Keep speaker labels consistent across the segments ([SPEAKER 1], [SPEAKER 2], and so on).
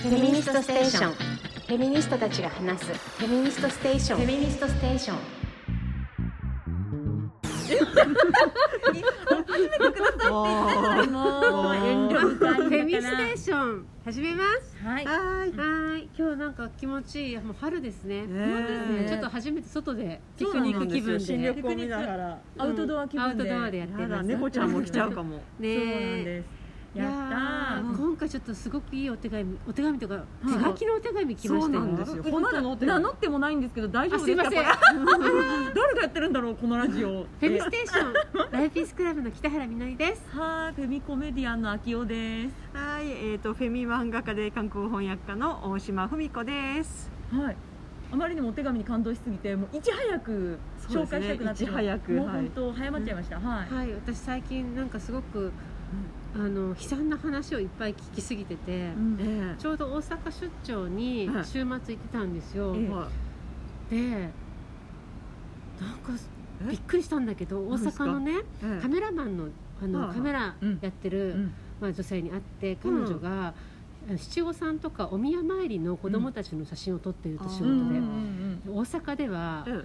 [SPEAKER 1] フェミニストステーション。フェミニストたちが話す。フェミニストステーション。フェミニストステーション。
[SPEAKER 2] もう遠慮深い
[SPEAKER 3] フ
[SPEAKER 2] のかな
[SPEAKER 3] ェミステーション始めます。
[SPEAKER 2] はい
[SPEAKER 3] はーい。はい。今日なんか気持ちいい。もう春ですね。
[SPEAKER 2] 本当ですね
[SPEAKER 3] ちょっと初めて外でピクニック気分
[SPEAKER 2] そうなんです
[SPEAKER 3] で。
[SPEAKER 2] よ新緑を見ながらアウトドア気分で、
[SPEAKER 3] アウトドアでやってます
[SPEAKER 2] やだ猫ちゃんも来ちゃうかも
[SPEAKER 3] ねえ
[SPEAKER 2] そうなんですやった
[SPEAKER 3] いやー
[SPEAKER 2] ー
[SPEAKER 3] 今回ちょっとすごくいいお手紙、お手紙とか
[SPEAKER 2] い
[SPEAKER 3] 手書きのお手紙来ま
[SPEAKER 2] そう
[SPEAKER 3] した
[SPEAKER 2] なん
[SPEAKER 3] よ
[SPEAKER 2] です。よ
[SPEAKER 4] え
[SPEAKER 2] 本当のお手
[SPEAKER 4] 名
[SPEAKER 2] 紙
[SPEAKER 4] 乗ってもないんですけど大丈
[SPEAKER 3] あ
[SPEAKER 4] 夫
[SPEAKER 3] す
[SPEAKER 4] で
[SPEAKER 3] い
[SPEAKER 4] すか
[SPEAKER 3] ません。
[SPEAKER 4] これ
[SPEAKER 3] フ
[SPEAKER 2] 誰がやってるんだろうこのラジオ
[SPEAKER 3] ェミステーションライフピースクラブの北原みのりです。
[SPEAKER 2] はいフェミコメディアンの秋代です
[SPEAKER 4] はい、えっ、とフェミ漫画家で韓国翻訳家の大島文子です。
[SPEAKER 2] はいあまりにもお手紙に感動しすぎてもういち早く紹介したくなってしまう
[SPEAKER 4] そうですねいち早く
[SPEAKER 2] もう
[SPEAKER 4] はい
[SPEAKER 2] 本当早まっちゃいました、はい
[SPEAKER 3] はい。私最近なんかすごくあの悲惨な話をいっぱい聞きすぎてて。
[SPEAKER 2] うん
[SPEAKER 4] ええ
[SPEAKER 3] ちょうど大阪出張に
[SPEAKER 4] はい
[SPEAKER 3] 週末行ってたんですよ、
[SPEAKER 2] ええ
[SPEAKER 4] は
[SPEAKER 3] でなんか
[SPEAKER 4] え
[SPEAKER 3] びっくりしたんだけど大
[SPEAKER 4] 何です
[SPEAKER 3] 阪
[SPEAKER 4] か
[SPEAKER 3] のね
[SPEAKER 4] いええ
[SPEAKER 3] カメラマンのあ
[SPEAKER 4] はい
[SPEAKER 3] の
[SPEAKER 4] はい
[SPEAKER 3] カメラ
[SPEAKER 2] うん
[SPEAKER 3] やってる、
[SPEAKER 2] うん
[SPEAKER 3] まあ、女性に会って彼女が、七五三とかお宮参りの子供たちの写真を撮ってると仕
[SPEAKER 4] うん
[SPEAKER 3] 事で、
[SPEAKER 4] うん
[SPEAKER 3] 大阪では、
[SPEAKER 4] え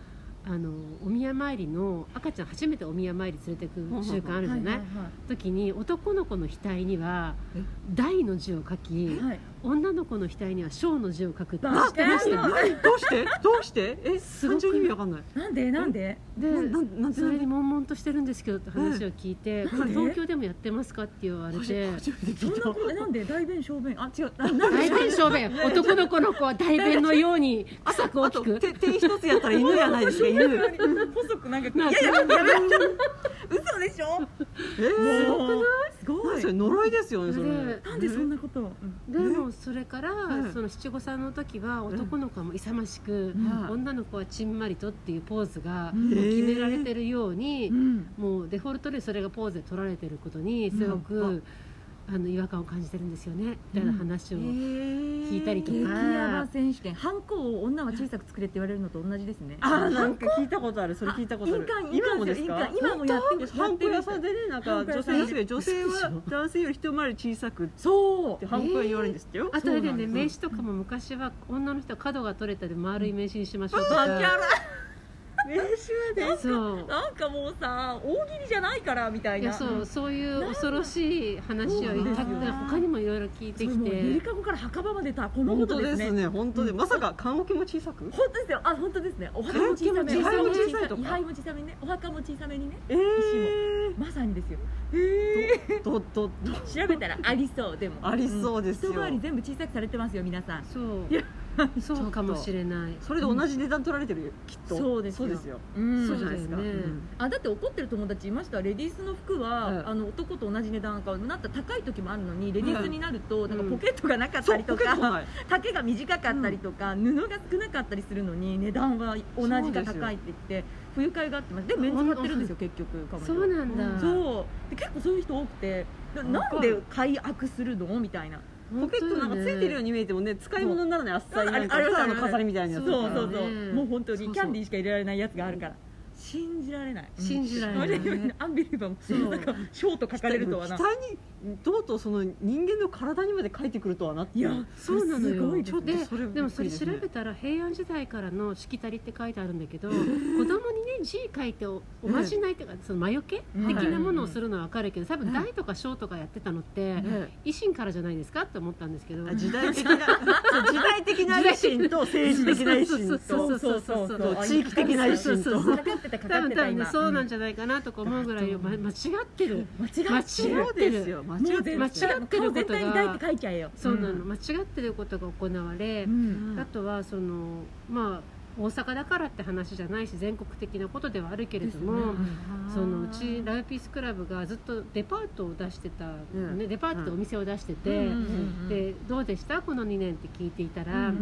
[SPEAKER 3] あのお宮参りの赤ちゃん初めてお宮参り連れてく習慣あるじゃない、時に男の子の額には
[SPEAKER 4] え
[SPEAKER 3] 「大」の字を書き、
[SPEAKER 2] はい
[SPEAKER 3] 女の子の額には「小」の字を書くって知
[SPEAKER 2] あ
[SPEAKER 3] ってました
[SPEAKER 2] あ
[SPEAKER 4] えどうしてどうしてえ
[SPEAKER 3] すご
[SPEAKER 4] 単
[SPEAKER 3] く
[SPEAKER 4] 純に意味わかんない。
[SPEAKER 2] なんでなんで
[SPEAKER 3] で
[SPEAKER 4] ななんなんで
[SPEAKER 3] それに悶々としてるんですけどって話を聞いて、これ東京でもやってますかって言われ
[SPEAKER 4] 初
[SPEAKER 3] て
[SPEAKER 4] め初めて
[SPEAKER 2] そん
[SPEAKER 4] 聞い
[SPEAKER 2] な
[SPEAKER 4] た。
[SPEAKER 2] こと なんで大便小便あ違 うななんで
[SPEAKER 3] 大便小便男の子の子は大便のように臭く大
[SPEAKER 4] あ
[SPEAKER 3] き
[SPEAKER 4] と
[SPEAKER 3] く
[SPEAKER 4] 手手一つやったら犬やないですか犬。え
[SPEAKER 2] 細くなんか
[SPEAKER 3] なんか
[SPEAKER 2] 嘘でしょ
[SPEAKER 4] え
[SPEAKER 2] すご
[SPEAKER 4] それ呪いですよねそれ。
[SPEAKER 3] で
[SPEAKER 2] なんでそんなことを
[SPEAKER 3] でもそれから、
[SPEAKER 4] うん
[SPEAKER 3] その七五三の時は男の子はもう勇ましく、
[SPEAKER 4] うん
[SPEAKER 3] 女の子はちんまりとっていうポーズが
[SPEAKER 2] うん
[SPEAKER 3] もう決められてるように、
[SPEAKER 2] ん
[SPEAKER 3] もうデフォルトでそれがポーズで取られてることにすごく、
[SPEAKER 4] うん
[SPEAKER 3] あの違和感を感じてるんですよねみたいな話を聞
[SPEAKER 4] 聞
[SPEAKER 3] いたりとか
[SPEAKER 2] 激ヤバ選手権ハンコを女は小さく作れって言われるのと同じですね
[SPEAKER 4] あーなんか聞いたことあるそれ聞いたことある
[SPEAKER 2] あ印鑑
[SPEAKER 4] 今もです
[SPEAKER 2] 印
[SPEAKER 4] か
[SPEAKER 2] 鑑今もやってる
[SPEAKER 4] ハンコ屋さんでねなん
[SPEAKER 2] ハ
[SPEAKER 4] か
[SPEAKER 2] ンコ屋
[SPEAKER 4] 女
[SPEAKER 2] さん
[SPEAKER 4] 性
[SPEAKER 2] で
[SPEAKER 4] ですけど女性は男性より一回り小さくっ
[SPEAKER 2] そう
[SPEAKER 4] てハンコは言われるんですってよ、
[SPEAKER 3] あとあれだよね
[SPEAKER 2] そうなん
[SPEAKER 3] 名
[SPEAKER 2] で
[SPEAKER 3] 刺とかも昔は女の人は角が取れたで丸い名刺にしましょうとか、
[SPEAKER 2] 名刺はね
[SPEAKER 3] そう
[SPEAKER 2] なんかもうさ大喜利じゃないからみたい
[SPEAKER 3] い
[SPEAKER 2] な
[SPEAKER 3] やそうそういう恐ろしい話を
[SPEAKER 4] そうなんです
[SPEAKER 3] た
[SPEAKER 4] よ
[SPEAKER 3] 他にもいろいろ聞いて
[SPEAKER 2] で
[SPEAKER 3] き
[SPEAKER 2] きてゆり
[SPEAKER 3] て
[SPEAKER 2] かごから墓場までたこのこ
[SPEAKER 4] 本
[SPEAKER 2] と
[SPEAKER 4] 当で
[SPEAKER 2] ですね
[SPEAKER 4] すね本当で、まさか棺桶も小さく
[SPEAKER 2] 本当ですよあ本当ですねお墓も小さめ
[SPEAKER 4] お墓
[SPEAKER 2] お
[SPEAKER 4] も小さい
[SPEAKER 2] 墓
[SPEAKER 4] とか
[SPEAKER 2] 位牌も小さめねお墓も小さめにね
[SPEAKER 4] えー、
[SPEAKER 2] まさにですよ
[SPEAKER 4] どどど
[SPEAKER 2] 調べたらありそうでも
[SPEAKER 4] ありそうですよ
[SPEAKER 2] 一回り全部小さくされてますよ皆さん
[SPEAKER 3] そうそうかもしれない
[SPEAKER 4] それで同じ値段取られてるよきっと
[SPEAKER 2] そうですよ
[SPEAKER 4] そうですよ
[SPEAKER 2] うん
[SPEAKER 4] そうじゃないですか、
[SPEAKER 3] そうだよね
[SPEAKER 4] うん
[SPEAKER 2] あだって怒ってる友達いましたレディースの服は、
[SPEAKER 4] うん
[SPEAKER 2] あの男と同じ値段なんかなんか高い時もあるのにレディースになると、
[SPEAKER 3] ん
[SPEAKER 2] なんかポケットがなかった
[SPEAKER 4] そう
[SPEAKER 2] りと
[SPEAKER 4] ポケットが
[SPEAKER 2] か、
[SPEAKER 4] ない
[SPEAKER 2] 丈が短かったりとか、布が少なかったりするのに値段は同じか高いって言って不愉快があってますでメンズ買ってるんですよ結局彼女
[SPEAKER 3] そうなんだ、
[SPEAKER 2] そうで結構そういう人多くてななんで解悪するのみたいな
[SPEAKER 4] ポケットなんかついてるよう
[SPEAKER 3] う
[SPEAKER 4] に見えてもね使い物にならないあっさり
[SPEAKER 2] あ
[SPEAKER 4] なん
[SPEAKER 2] れ
[SPEAKER 4] か
[SPEAKER 2] あれ
[SPEAKER 4] ただの飾りみたいな
[SPEAKER 2] そ
[SPEAKER 4] や
[SPEAKER 2] う
[SPEAKER 4] つ
[SPEAKER 3] だ
[SPEAKER 2] そ
[SPEAKER 3] よね
[SPEAKER 2] うそう、もう本当
[SPEAKER 3] そうそ
[SPEAKER 2] に
[SPEAKER 3] う
[SPEAKER 2] キャンディーしか入れられないやつがあるから信じられない
[SPEAKER 3] 信じられ ない
[SPEAKER 2] うんアンビリバボーもなんかショート書かれるとはな
[SPEAKER 4] 額にとうとうその人間の体にまで書いてくるとはなって
[SPEAKER 2] いや
[SPEAKER 3] そうなのよ
[SPEAKER 2] すごい
[SPEAKER 3] で
[SPEAKER 2] ちょっと
[SPEAKER 4] とそれ
[SPEAKER 3] でもそれ
[SPEAKER 4] びっ
[SPEAKER 3] 調
[SPEAKER 4] くりですね
[SPEAKER 3] べたら平安時代からの「しきたり」って書いてあるんだけど子供にね字書いておおまじないとかその魔除け
[SPEAKER 2] うん
[SPEAKER 3] 的なものをするのは分かるけど多分大とか小とかやってたのって
[SPEAKER 4] ね
[SPEAKER 3] 維新からじゃないですかって思ったんですけど
[SPEAKER 4] あ時代 的なそう時代的な維新と政治的な維新
[SPEAKER 3] そ
[SPEAKER 4] と
[SPEAKER 3] うそうそうそう
[SPEAKER 4] そう地域的な維新
[SPEAKER 2] そ
[SPEAKER 4] と
[SPEAKER 2] うそうそうかかってたか
[SPEAKER 3] 多
[SPEAKER 2] かっ
[SPEAKER 3] 分
[SPEAKER 2] て
[SPEAKER 3] 多
[SPEAKER 2] た
[SPEAKER 3] 分ね
[SPEAKER 2] 今
[SPEAKER 3] そうなんじゃないかなとか思うぐらいよ
[SPEAKER 2] だ
[SPEAKER 3] ま間違ってる
[SPEAKER 2] 間違ってる
[SPEAKER 4] そうですよ間違
[SPEAKER 2] もう
[SPEAKER 4] って
[SPEAKER 2] 全
[SPEAKER 4] ま
[SPEAKER 2] 然
[SPEAKER 4] すよ
[SPEAKER 3] 間違ってることが
[SPEAKER 2] もう絶対に大って書いちゃえよ
[SPEAKER 3] そうなの間違ってることが行われ
[SPEAKER 2] う、ん
[SPEAKER 3] あとはそのまあ大阪だからって話じゃないし全国的なことではあるけれども、そのうちライフピースクラブがずっとデパートを出してたのね、
[SPEAKER 4] うん
[SPEAKER 3] デパートでお店を出してて、
[SPEAKER 2] うんうんうん
[SPEAKER 3] でどうでしたこの2年って聞いていた
[SPEAKER 2] うん
[SPEAKER 3] ら、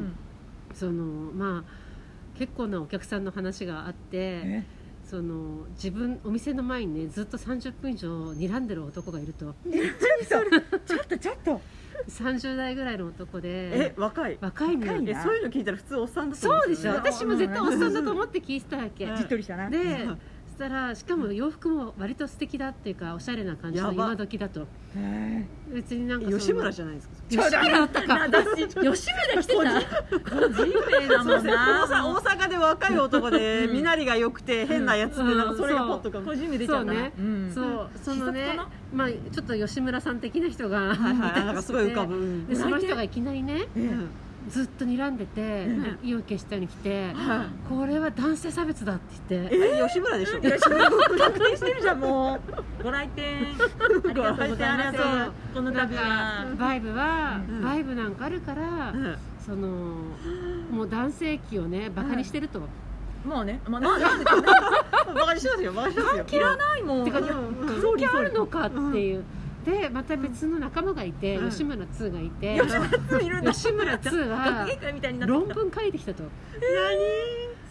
[SPEAKER 3] そのまあ結構なお客さんの話があって
[SPEAKER 2] え
[SPEAKER 3] その自分お店の前にねずっと30分以上睨んでる男がいると
[SPEAKER 2] ちょっとちょっと
[SPEAKER 3] 30代ぐらいの男
[SPEAKER 4] え
[SPEAKER 3] で
[SPEAKER 4] 若い
[SPEAKER 3] 若いのよ
[SPEAKER 2] 若いね
[SPEAKER 4] えそういうの聞いたら普通おっさんだと
[SPEAKER 3] そ
[SPEAKER 4] 思
[SPEAKER 3] うでしょ
[SPEAKER 2] そう
[SPEAKER 3] 私も絶対おっさんだと思って聞いてたわけ
[SPEAKER 4] うん
[SPEAKER 2] しっとりしたな
[SPEAKER 3] でしたらしかも洋服も割と素敵だっていうかおしゃれな感じの
[SPEAKER 4] やば
[SPEAKER 3] 今時だと
[SPEAKER 4] へ
[SPEAKER 3] 別になん
[SPEAKER 4] ー
[SPEAKER 3] かその
[SPEAKER 4] 吉村じゃないですか
[SPEAKER 3] 吉村だったか吉村来てた
[SPEAKER 2] 人名だもん
[SPEAKER 4] 大阪
[SPEAKER 2] な
[SPEAKER 4] 大阪で若い男で
[SPEAKER 2] うん
[SPEAKER 4] 身なりが良くて変なやつってなんかそれがポッとかも
[SPEAKER 2] 個人名出ちゃった
[SPEAKER 3] そうね
[SPEAKER 2] ん
[SPEAKER 3] そうその
[SPEAKER 2] 自殺
[SPEAKER 3] ね
[SPEAKER 2] かな
[SPEAKER 3] まあちょっと吉村さん的な人
[SPEAKER 4] はい
[SPEAKER 3] が
[SPEAKER 4] はいなんかすごい浮かぶ、
[SPEAKER 3] でその人がいきなりね
[SPEAKER 4] うん
[SPEAKER 3] ずっと睨んでて意を消したように来て
[SPEAKER 4] は
[SPEAKER 3] これは男性差別だって言っ
[SPEAKER 4] い
[SPEAKER 3] て
[SPEAKER 4] え吉村でしょ
[SPEAKER 2] いやそれも確定してるじゃんもうご来店ありがとうござい
[SPEAKER 4] ご来店あ
[SPEAKER 2] ます
[SPEAKER 4] りがとう
[SPEAKER 2] この
[SPEAKER 3] なん
[SPEAKER 2] 度は
[SPEAKER 3] かバイブは
[SPEAKER 4] うん
[SPEAKER 3] バイブなんかあるから
[SPEAKER 4] うん
[SPEAKER 3] そのもう男性器をねバカにしてると
[SPEAKER 2] もうねまあなんで
[SPEAKER 4] バカにしますよバカにしますよ
[SPEAKER 2] 切らないもん
[SPEAKER 3] てか
[SPEAKER 4] うんうん
[SPEAKER 3] 関係あるのかっていうでまた別の仲間がいて
[SPEAKER 4] うん
[SPEAKER 3] 吉村2がいて
[SPEAKER 2] 吉村ついるんだ
[SPEAKER 3] 吉村
[SPEAKER 2] 学
[SPEAKER 3] 2は
[SPEAKER 2] 芸会みたいになっ
[SPEAKER 3] 論
[SPEAKER 2] て
[SPEAKER 3] 文書いてきたとで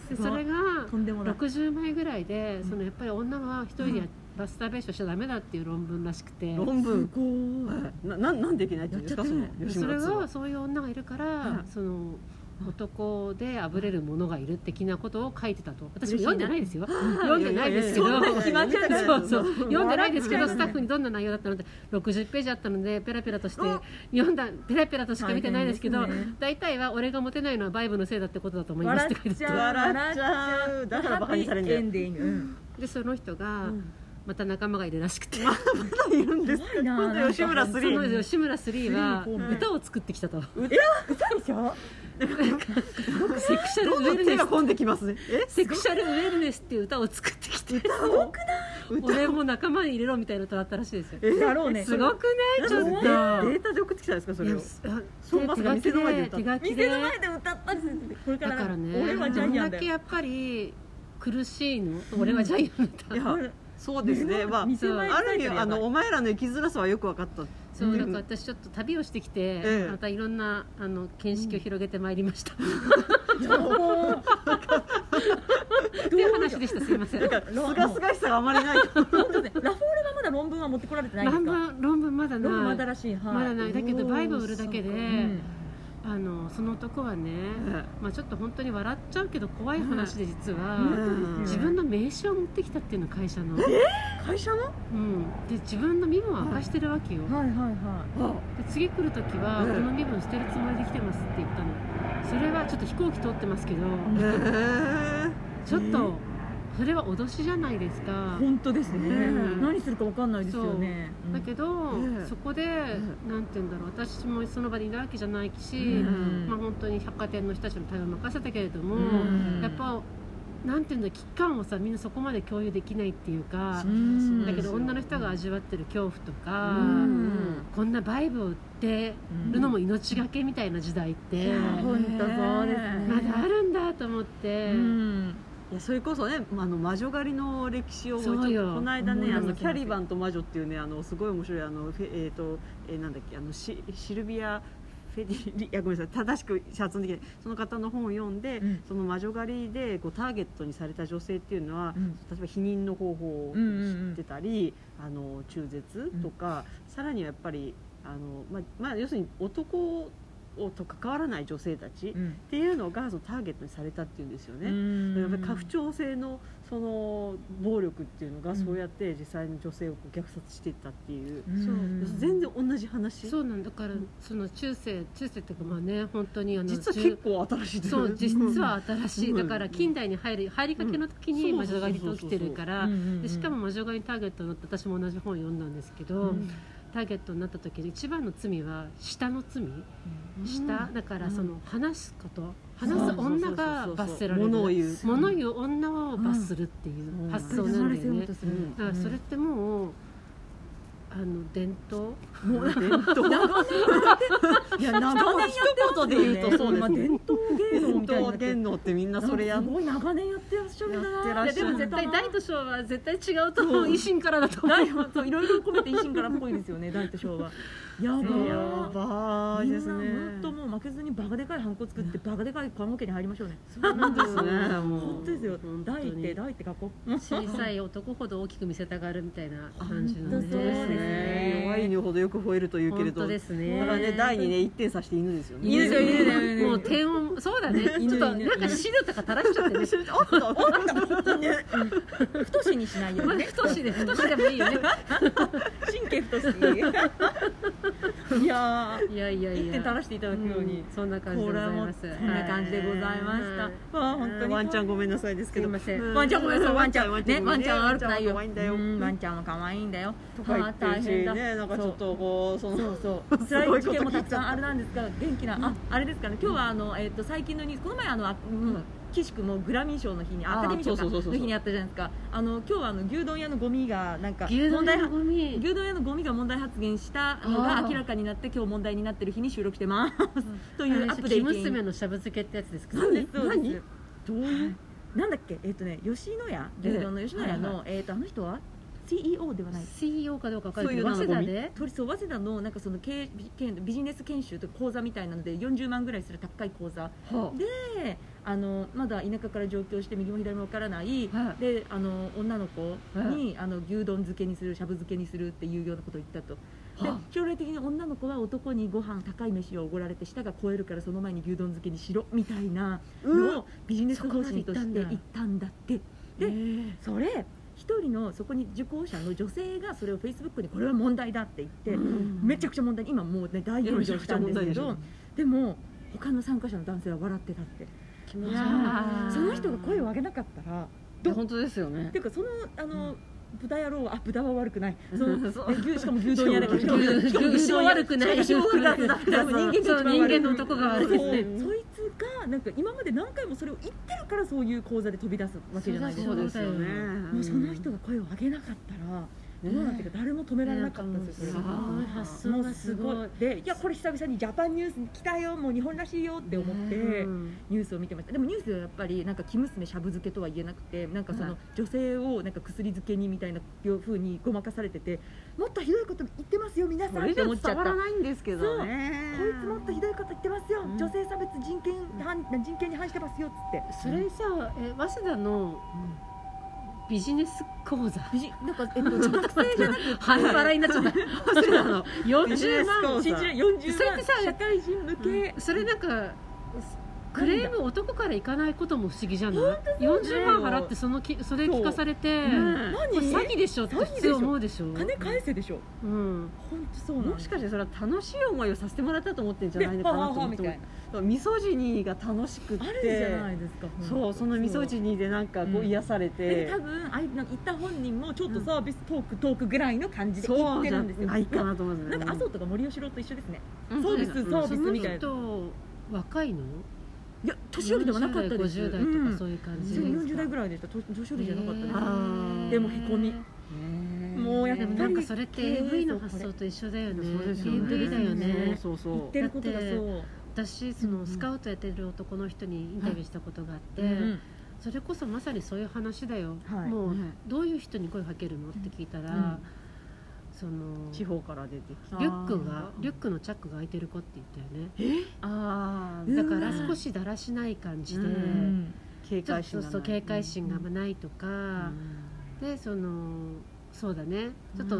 [SPEAKER 2] ごい
[SPEAKER 3] それが
[SPEAKER 2] たとんでもない
[SPEAKER 3] 60枚ぐらいで
[SPEAKER 2] ん
[SPEAKER 3] そのやっぱり女は一人でやバスターベーションしちゃダメだっていう論文らしくて
[SPEAKER 4] 論文
[SPEAKER 2] ごー
[SPEAKER 4] なななんでいけないっていうんですかその
[SPEAKER 3] で
[SPEAKER 4] 吉
[SPEAKER 3] それ
[SPEAKER 4] 村さん
[SPEAKER 3] はそういう女がいるから
[SPEAKER 4] うん
[SPEAKER 3] その男であぶれる者がいる的なことを書いてたと私も読んでないですよ読んでないですけど
[SPEAKER 4] いやいやいやそんな暇じゃない
[SPEAKER 3] そうそう読んでないですけど
[SPEAKER 4] 笑っちゃう
[SPEAKER 3] スタッフにどんな内容だったのって60ページあったのでペラペラとして読んだペラペラとしか見てないですけど
[SPEAKER 2] 大変ですね
[SPEAKER 3] 大体は俺がモテないのはバイブのせいだってことだと思いますっ
[SPEAKER 2] 笑
[SPEAKER 3] て書い
[SPEAKER 2] ってちゃ
[SPEAKER 3] あ
[SPEAKER 2] う
[SPEAKER 3] っ
[SPEAKER 4] 笑っちゃうだからバカにされんだよ
[SPEAKER 2] ハッピーエンディン
[SPEAKER 3] てでその人が
[SPEAKER 4] ん
[SPEAKER 3] また仲間がいるらしくて
[SPEAKER 4] いるんです
[SPEAKER 2] グ
[SPEAKER 4] 今度吉村
[SPEAKER 3] そ
[SPEAKER 4] スリ
[SPEAKER 3] の
[SPEAKER 4] ー
[SPEAKER 3] 吉村3は
[SPEAKER 2] うん
[SPEAKER 3] 歌を作ってきたと、
[SPEAKER 2] でしょ
[SPEAKER 3] セクシャル
[SPEAKER 4] ど
[SPEAKER 3] ウ
[SPEAKER 4] ん
[SPEAKER 3] ェ
[SPEAKER 4] どん
[SPEAKER 3] ル
[SPEAKER 4] 手
[SPEAKER 3] ネス
[SPEAKER 4] が込んできますねえ
[SPEAKER 3] セクシャルウェルネスっていう歌を作ってきて
[SPEAKER 4] 歌
[SPEAKER 3] 俺も仲間に入れろみたいな歌だったらしいですよ
[SPEAKER 4] え
[SPEAKER 2] だろうね
[SPEAKER 3] すごくないちょっと
[SPEAKER 4] データで送ってきたんですかそれをそんな
[SPEAKER 3] 手書き
[SPEAKER 4] 店の前で歌
[SPEAKER 3] で
[SPEAKER 4] った
[SPEAKER 3] 手書き
[SPEAKER 2] 店
[SPEAKER 3] で
[SPEAKER 2] の前で歌ったりするこれか
[SPEAKER 3] だ
[SPEAKER 2] ら
[SPEAKER 3] からね
[SPEAKER 2] 俺はジャイアン
[SPEAKER 3] どんだ
[SPEAKER 2] だ
[SPEAKER 3] け
[SPEAKER 2] よ
[SPEAKER 3] やっぱり苦しいの俺はジャイアン
[SPEAKER 4] い
[SPEAKER 3] だった
[SPEAKER 4] やそうですねまあ
[SPEAKER 2] 店前で
[SPEAKER 4] ある意味あの
[SPEAKER 2] の
[SPEAKER 4] お前らの生きづらさはよく分かった
[SPEAKER 3] そうなんか私ちょっと旅をしてきて、
[SPEAKER 4] ええ
[SPEAKER 3] またいろんなあの見識を広げてまいりました、っていう話でしたすいません
[SPEAKER 4] なんかすがすがしさがあまりない
[SPEAKER 2] 本当ねラフォーレはまだ論文は持ってこられてないんです
[SPEAKER 3] 論
[SPEAKER 2] か
[SPEAKER 3] 文論文まだない
[SPEAKER 2] 論文まだらしいはい
[SPEAKER 3] まだないだけど
[SPEAKER 4] おー
[SPEAKER 3] バイブを売るだけで、
[SPEAKER 4] そう
[SPEAKER 2] うん
[SPEAKER 3] あのその男はね、まあ、ちょっと本当に笑っちゃうけど怖い話で実は、
[SPEAKER 4] うん
[SPEAKER 3] 自分の名刺を持ってきたっていうの会社の、
[SPEAKER 4] 会社の
[SPEAKER 3] うん、で自分の身分を明かしてるわけよ、
[SPEAKER 2] はいはいは
[SPEAKER 4] あ
[SPEAKER 3] で次来る時は、
[SPEAKER 4] うん
[SPEAKER 3] この身分捨てるつもりで来てますって言ったのそれはちょっと飛行機通ってますけど、
[SPEAKER 4] へ
[SPEAKER 3] ちょっとそれは脅しじゃないですか
[SPEAKER 2] い、本当ですね、
[SPEAKER 3] うん
[SPEAKER 2] 何するかわかんないですよね
[SPEAKER 3] だけど、
[SPEAKER 4] うん
[SPEAKER 3] そこで、
[SPEAKER 4] ん
[SPEAKER 3] なんて言うんだろう私もその場にいるわけじゃないし、
[SPEAKER 2] うん
[SPEAKER 3] まあ、本当に百貨店の人たちの対応を任せたけれども、
[SPEAKER 2] うん
[SPEAKER 3] やっぱなんていうんだ危機感をさみんなそこまで共有できないっていうか
[SPEAKER 2] う、ん
[SPEAKER 3] だけど
[SPEAKER 4] そう
[SPEAKER 3] 女の人が味わってる恐怖とか、
[SPEAKER 2] うん
[SPEAKER 3] こんなバイブを売ってるのも命がけみたいな時代って、
[SPEAKER 4] ん
[SPEAKER 2] 本当そうですね
[SPEAKER 3] まだあるんだと思って、
[SPEAKER 2] うん
[SPEAKER 4] いやそれこそねあの魔女狩りの歴史をちょっと
[SPEAKER 3] そうよ
[SPEAKER 4] この間ねあ
[SPEAKER 2] 思い
[SPEAKER 4] の
[SPEAKER 2] 出せ
[SPEAKER 4] キャリバンと魔女っていうねあのすごい面白いあのフェえっ、と、えーなんだっけあのシシルビアフェディリいやごめんなさい正しく発音できないその方の本を読んで、
[SPEAKER 2] うん
[SPEAKER 4] その魔女狩りでこうターゲットにされた女性っていうのは、
[SPEAKER 2] うん
[SPEAKER 4] 例えば避妊の方法を
[SPEAKER 2] うんうんうん
[SPEAKER 4] 知ってたり、あの中絶とか、さらにはやっぱりあの、まあまあ、要するに男をと関わらない女性たち
[SPEAKER 2] う
[SPEAKER 4] っ
[SPEAKER 2] ん
[SPEAKER 4] ていうのがそのターゲットにされたっていうんですよね。
[SPEAKER 2] うん
[SPEAKER 4] やっぱり家父長制のその暴力っていうのがそうやって実際に女性をこう虐殺していったっていう、
[SPEAKER 2] うん
[SPEAKER 4] 要するに全然同じ話
[SPEAKER 3] そうなんだからその中世中世っていうかまあね本当にあの
[SPEAKER 4] 実は
[SPEAKER 3] じゅ
[SPEAKER 4] 結構新しいとい
[SPEAKER 3] そう実は新しい、
[SPEAKER 4] うん
[SPEAKER 3] だから近代に入る入りかけの時に
[SPEAKER 4] うん
[SPEAKER 3] 魔女狩りと起きてるから、
[SPEAKER 2] うんうんうん
[SPEAKER 3] でしかも魔女狩りターゲットになった私も同じ本を読んだんですけど、
[SPEAKER 2] ん
[SPEAKER 3] ターゲットになった時に一番の罪は下の罪、下だからその話すこと話す女が罰せられる
[SPEAKER 4] 物を言う
[SPEAKER 3] 物言う女を罰するっていう発想なんだよね、だからそれってもうあの伝統
[SPEAKER 4] もう伝統いや長年一言で言うとそうです、ね
[SPEAKER 2] 伝統芸能み
[SPEAKER 4] 伝
[SPEAKER 2] たいにな
[SPEAKER 4] 統
[SPEAKER 2] って
[SPEAKER 4] 芸能ってみんなそれや
[SPEAKER 2] す
[SPEAKER 4] ん
[SPEAKER 2] ごい長年やってらっしゃるんだな
[SPEAKER 4] やってらっしゃるいやでも絶
[SPEAKER 3] 大と小は絶対違うと思う維新からだと
[SPEAKER 2] 大本そういろいろ込めて維新からっぽいですよね大と 小はやばー
[SPEAKER 4] やばい
[SPEAKER 2] みん
[SPEAKER 4] で
[SPEAKER 2] な
[SPEAKER 4] すね
[SPEAKER 2] 本当もう負けずにバカでかいハンコ作ってバカでかい棺桶に入りましょうね
[SPEAKER 4] 本当ですねもう
[SPEAKER 2] 本当ですよ
[SPEAKER 3] 本当
[SPEAKER 2] 大
[SPEAKER 3] に
[SPEAKER 2] って大って書こ う
[SPEAKER 3] 小さい男ほど大きく見せたがるみたいな感じの
[SPEAKER 2] 本
[SPEAKER 3] ね
[SPEAKER 2] 当そうですね
[SPEAKER 4] 弱い犬ほどよく吠えるというけれ
[SPEAKER 3] 本
[SPEAKER 4] ど
[SPEAKER 3] 当ですね
[SPEAKER 4] だからね第二ね一点差して犬ですよね
[SPEAKER 2] 犬ですよ犬ですよ犬ですよ
[SPEAKER 3] もう点をそうだねちょっとなんか汁とか垂らしちゃってね
[SPEAKER 4] おっとおっと
[SPEAKER 2] 太しにしないよう
[SPEAKER 3] まあ
[SPEAKER 2] にね
[SPEAKER 3] 太しで太しでもいいよね
[SPEAKER 2] 神経太しいや
[SPEAKER 3] いやいや
[SPEAKER 2] ー一
[SPEAKER 3] い
[SPEAKER 2] 点
[SPEAKER 3] や
[SPEAKER 2] 垂らしていただくように、
[SPEAKER 3] うんそんな感じでございます
[SPEAKER 2] これはもうこんな感じでございました、
[SPEAKER 3] は
[SPEAKER 2] わあ本当に
[SPEAKER 4] ワンちゃんごめんなさいですけど
[SPEAKER 3] すいません
[SPEAKER 4] う
[SPEAKER 2] ワンちゃんごめんなさいワンちゃん
[SPEAKER 4] ワ
[SPEAKER 2] ねワンちゃんは悪くないよ
[SPEAKER 4] ワンちゃんは可愛い
[SPEAKER 2] うんん
[SPEAKER 4] だ
[SPEAKER 2] ワ
[SPEAKER 4] よ
[SPEAKER 2] ンちゃんは可愛いんだよ
[SPEAKER 4] とか言
[SPEAKER 2] あ
[SPEAKER 4] っ
[SPEAKER 2] ー
[SPEAKER 4] てる
[SPEAKER 2] 大
[SPEAKER 4] し
[SPEAKER 2] 変だ
[SPEAKER 4] ねなんかちょっとこうその
[SPEAKER 2] そうそう
[SPEAKER 4] すご
[SPEAKER 2] 辛
[SPEAKER 4] いこと
[SPEAKER 2] い事件もたくさんあ
[SPEAKER 4] 聞い
[SPEAKER 2] るなんですが元気な、ああれですかね今日はあの、えっと最近のニュースこの前あのあ、うん、岸君もグラミー賞の日に
[SPEAKER 4] あー
[SPEAKER 2] アカデミー賞か
[SPEAKER 4] そうそうそうそう
[SPEAKER 2] の日にあったじゃないですかあの今日はあの牛丼屋のゴミがなんか
[SPEAKER 3] 牛丼
[SPEAKER 2] 問題
[SPEAKER 3] のゴミ
[SPEAKER 2] 牛丼屋のゴミが問題発言したの
[SPEAKER 3] あ
[SPEAKER 2] が
[SPEAKER 3] ー
[SPEAKER 2] 明らかになって今日問題になってる日に収録してます と
[SPEAKER 3] と
[SPEAKER 2] いうアップデート
[SPEAKER 3] 娘のしゃぶ漬けってやつですか
[SPEAKER 2] そうですそうで
[SPEAKER 4] 何
[SPEAKER 2] す
[SPEAKER 4] どういう
[SPEAKER 2] なんだっけえっ、とね吉野家牛丼の吉野家の、
[SPEAKER 3] はい
[SPEAKER 2] えっ、とあの人は CEO ではない
[SPEAKER 3] CEO かどうかわかるけど
[SPEAKER 4] そういう
[SPEAKER 3] 早稲
[SPEAKER 4] のが
[SPEAKER 3] 田
[SPEAKER 4] ゴミ
[SPEAKER 3] で
[SPEAKER 2] 鳥そう早稲田のなんかその経営ビ研ビジネス研修とか講座みたいなので40万ぐらいする高い講座
[SPEAKER 3] は
[SPEAKER 2] であのまだ田舎から上京して右も左も分からない、
[SPEAKER 3] はい
[SPEAKER 2] であの女の子に、あの牛丼漬けにするしゃぶ漬けにするっていうようなことを言ったと。で
[SPEAKER 3] は
[SPEAKER 2] 将来的に女の子は男にご飯高い飯をおごられて舌が超えるからその前に牛丼漬けにしろみたいなのをビジネス方針として言ったんだってで、それ一人のそこに受講者の女性がそれをフェイスブックにこれは問題だって言って、めちゃくちゃ問題に今もうね大炎上したんですけ
[SPEAKER 4] 今めちゃくちゃ問題
[SPEAKER 2] どでも他の参加者の男性は笑ってたって
[SPEAKER 3] 気持
[SPEAKER 2] い
[SPEAKER 3] ち
[SPEAKER 2] や
[SPEAKER 3] 悪
[SPEAKER 2] ー
[SPEAKER 3] い
[SPEAKER 2] その人が声を上げなかったら
[SPEAKER 4] いや本当ですよね
[SPEAKER 2] っていうかそのあの、豚野郎はあ豚は悪くないその
[SPEAKER 4] うんそう
[SPEAKER 2] え牛しかも牛丼屋だから
[SPEAKER 3] しかも牛丼
[SPEAKER 2] しかも
[SPEAKER 3] 牛丼悪くない
[SPEAKER 2] しかも牛丼悪くないだから人間が一番悪い
[SPEAKER 3] そう人間の男が悪いですね
[SPEAKER 2] そうそいつがなんか今まで何回もそれを言ってるからそういう講座で飛び出すわけじゃないです
[SPEAKER 4] そ
[SPEAKER 2] か
[SPEAKER 4] うですよね
[SPEAKER 2] もうその人が声を上げなかったらどうなってるか誰も止められなかったんですよ
[SPEAKER 3] ね
[SPEAKER 2] これが
[SPEAKER 3] なんかもうすごい発想がすごい
[SPEAKER 2] もうでいやこれ久々にジャパンニュースに来たよもう日本らしいよって思って、
[SPEAKER 3] うん
[SPEAKER 2] ニュースを見てましたでもニュースではやっぱりなんか生娘しゃぶ漬けとは言えなくてなんかそ
[SPEAKER 3] はい
[SPEAKER 2] の女性をなんか薬漬けにみたいなふうにごまかされててもっとひどいこと言ってますよ皆
[SPEAKER 4] そ
[SPEAKER 2] さん
[SPEAKER 4] れ
[SPEAKER 2] っ
[SPEAKER 4] じ
[SPEAKER 2] て
[SPEAKER 4] ゃ
[SPEAKER 2] 思っちゃ
[SPEAKER 4] 伝
[SPEAKER 2] った
[SPEAKER 4] わ
[SPEAKER 2] こ
[SPEAKER 4] らないんですけどね
[SPEAKER 2] いつもっとひどいこと言ってますよ、
[SPEAKER 4] うん
[SPEAKER 2] 女性差別人権反人権に反してますよっつって
[SPEAKER 3] それさえ早稲田のビジネス講座
[SPEAKER 2] 美人なんかえっと学生じゃなく て
[SPEAKER 3] 半払いになっちゃっ
[SPEAKER 4] そ
[SPEAKER 3] た
[SPEAKER 4] うなのビジネ
[SPEAKER 3] 40
[SPEAKER 4] ス講
[SPEAKER 3] 万
[SPEAKER 4] 座
[SPEAKER 2] 信じられ40万
[SPEAKER 3] それってさ
[SPEAKER 2] 社会人向け、
[SPEAKER 3] それなんかクレーム男から行かないことも不思議じゃない40万払ってそのきそれ聞かされて
[SPEAKER 4] うん
[SPEAKER 3] これ
[SPEAKER 2] 何
[SPEAKER 3] 詐欺でしょって普通思うでしょ
[SPEAKER 2] 金返せでしょ
[SPEAKER 3] うん
[SPEAKER 2] 本当そうなの
[SPEAKER 4] もしかしてそれは楽しい思いをさせてもらったと思ってんじゃないのかなと思って
[SPEAKER 2] ねはあはあみ
[SPEAKER 4] そうミソジニーが楽しくっ
[SPEAKER 2] あるじゃな
[SPEAKER 4] て
[SPEAKER 2] いですか
[SPEAKER 4] そうそのミソジニーでなんかこ
[SPEAKER 2] う
[SPEAKER 4] うん癒され
[SPEAKER 2] で
[SPEAKER 4] て
[SPEAKER 2] 多分あいなんか行った本人もちょっとサービストーク、トークぐらいの感じで行
[SPEAKER 4] そ
[SPEAKER 2] っ
[SPEAKER 4] う
[SPEAKER 2] て
[SPEAKER 4] じゃ
[SPEAKER 2] るんですよ
[SPEAKER 4] ないかなと思うんです
[SPEAKER 2] な
[SPEAKER 4] よ
[SPEAKER 2] ん
[SPEAKER 4] ね
[SPEAKER 2] か麻生とか森喜朗と一緒ですね
[SPEAKER 4] うん
[SPEAKER 2] そうです
[SPEAKER 4] ん
[SPEAKER 2] そうです
[SPEAKER 3] その人若いの
[SPEAKER 2] いや年寄りではなかったです
[SPEAKER 3] 40代50代と
[SPEAKER 2] うん
[SPEAKER 3] かそういう感じ
[SPEAKER 2] そう40代ぐ
[SPEAKER 3] ら
[SPEAKER 2] ら
[SPEAKER 3] い
[SPEAKER 2] いでしたと年寄りじゃなかったです、
[SPEAKER 4] へーあー
[SPEAKER 2] でもへこみ
[SPEAKER 4] ね
[SPEAKER 2] もうやっぱ
[SPEAKER 3] なんかそれって AV の発想と一緒だよね
[SPEAKER 4] そうですよ
[SPEAKER 3] AV だよね
[SPEAKER 4] そうそう
[SPEAKER 2] 言
[SPEAKER 4] そ
[SPEAKER 2] っ
[SPEAKER 4] う
[SPEAKER 2] てることがそう
[SPEAKER 3] だ私そのスカウトやってる男の人にインタビューしたことがあって、
[SPEAKER 2] うん
[SPEAKER 3] それこそまさにそういう話だよ、
[SPEAKER 2] はい
[SPEAKER 3] もう
[SPEAKER 4] ね
[SPEAKER 3] どういう人に声かけるのって聞いたら、
[SPEAKER 2] うん
[SPEAKER 3] その
[SPEAKER 4] 地方から出てきた
[SPEAKER 3] リュックがリュックのチャックが開いてる子って言ったよね
[SPEAKER 4] あ
[SPEAKER 2] う
[SPEAKER 4] ー
[SPEAKER 3] だ
[SPEAKER 2] ん
[SPEAKER 3] から少しだらしない感じで、
[SPEAKER 4] う
[SPEAKER 2] うんん
[SPEAKER 4] 警
[SPEAKER 3] ちょっ
[SPEAKER 4] 戒心
[SPEAKER 3] と
[SPEAKER 4] が
[SPEAKER 3] そう警戒心があんまないと
[SPEAKER 4] が
[SPEAKER 3] か、でそのそうだねちょっと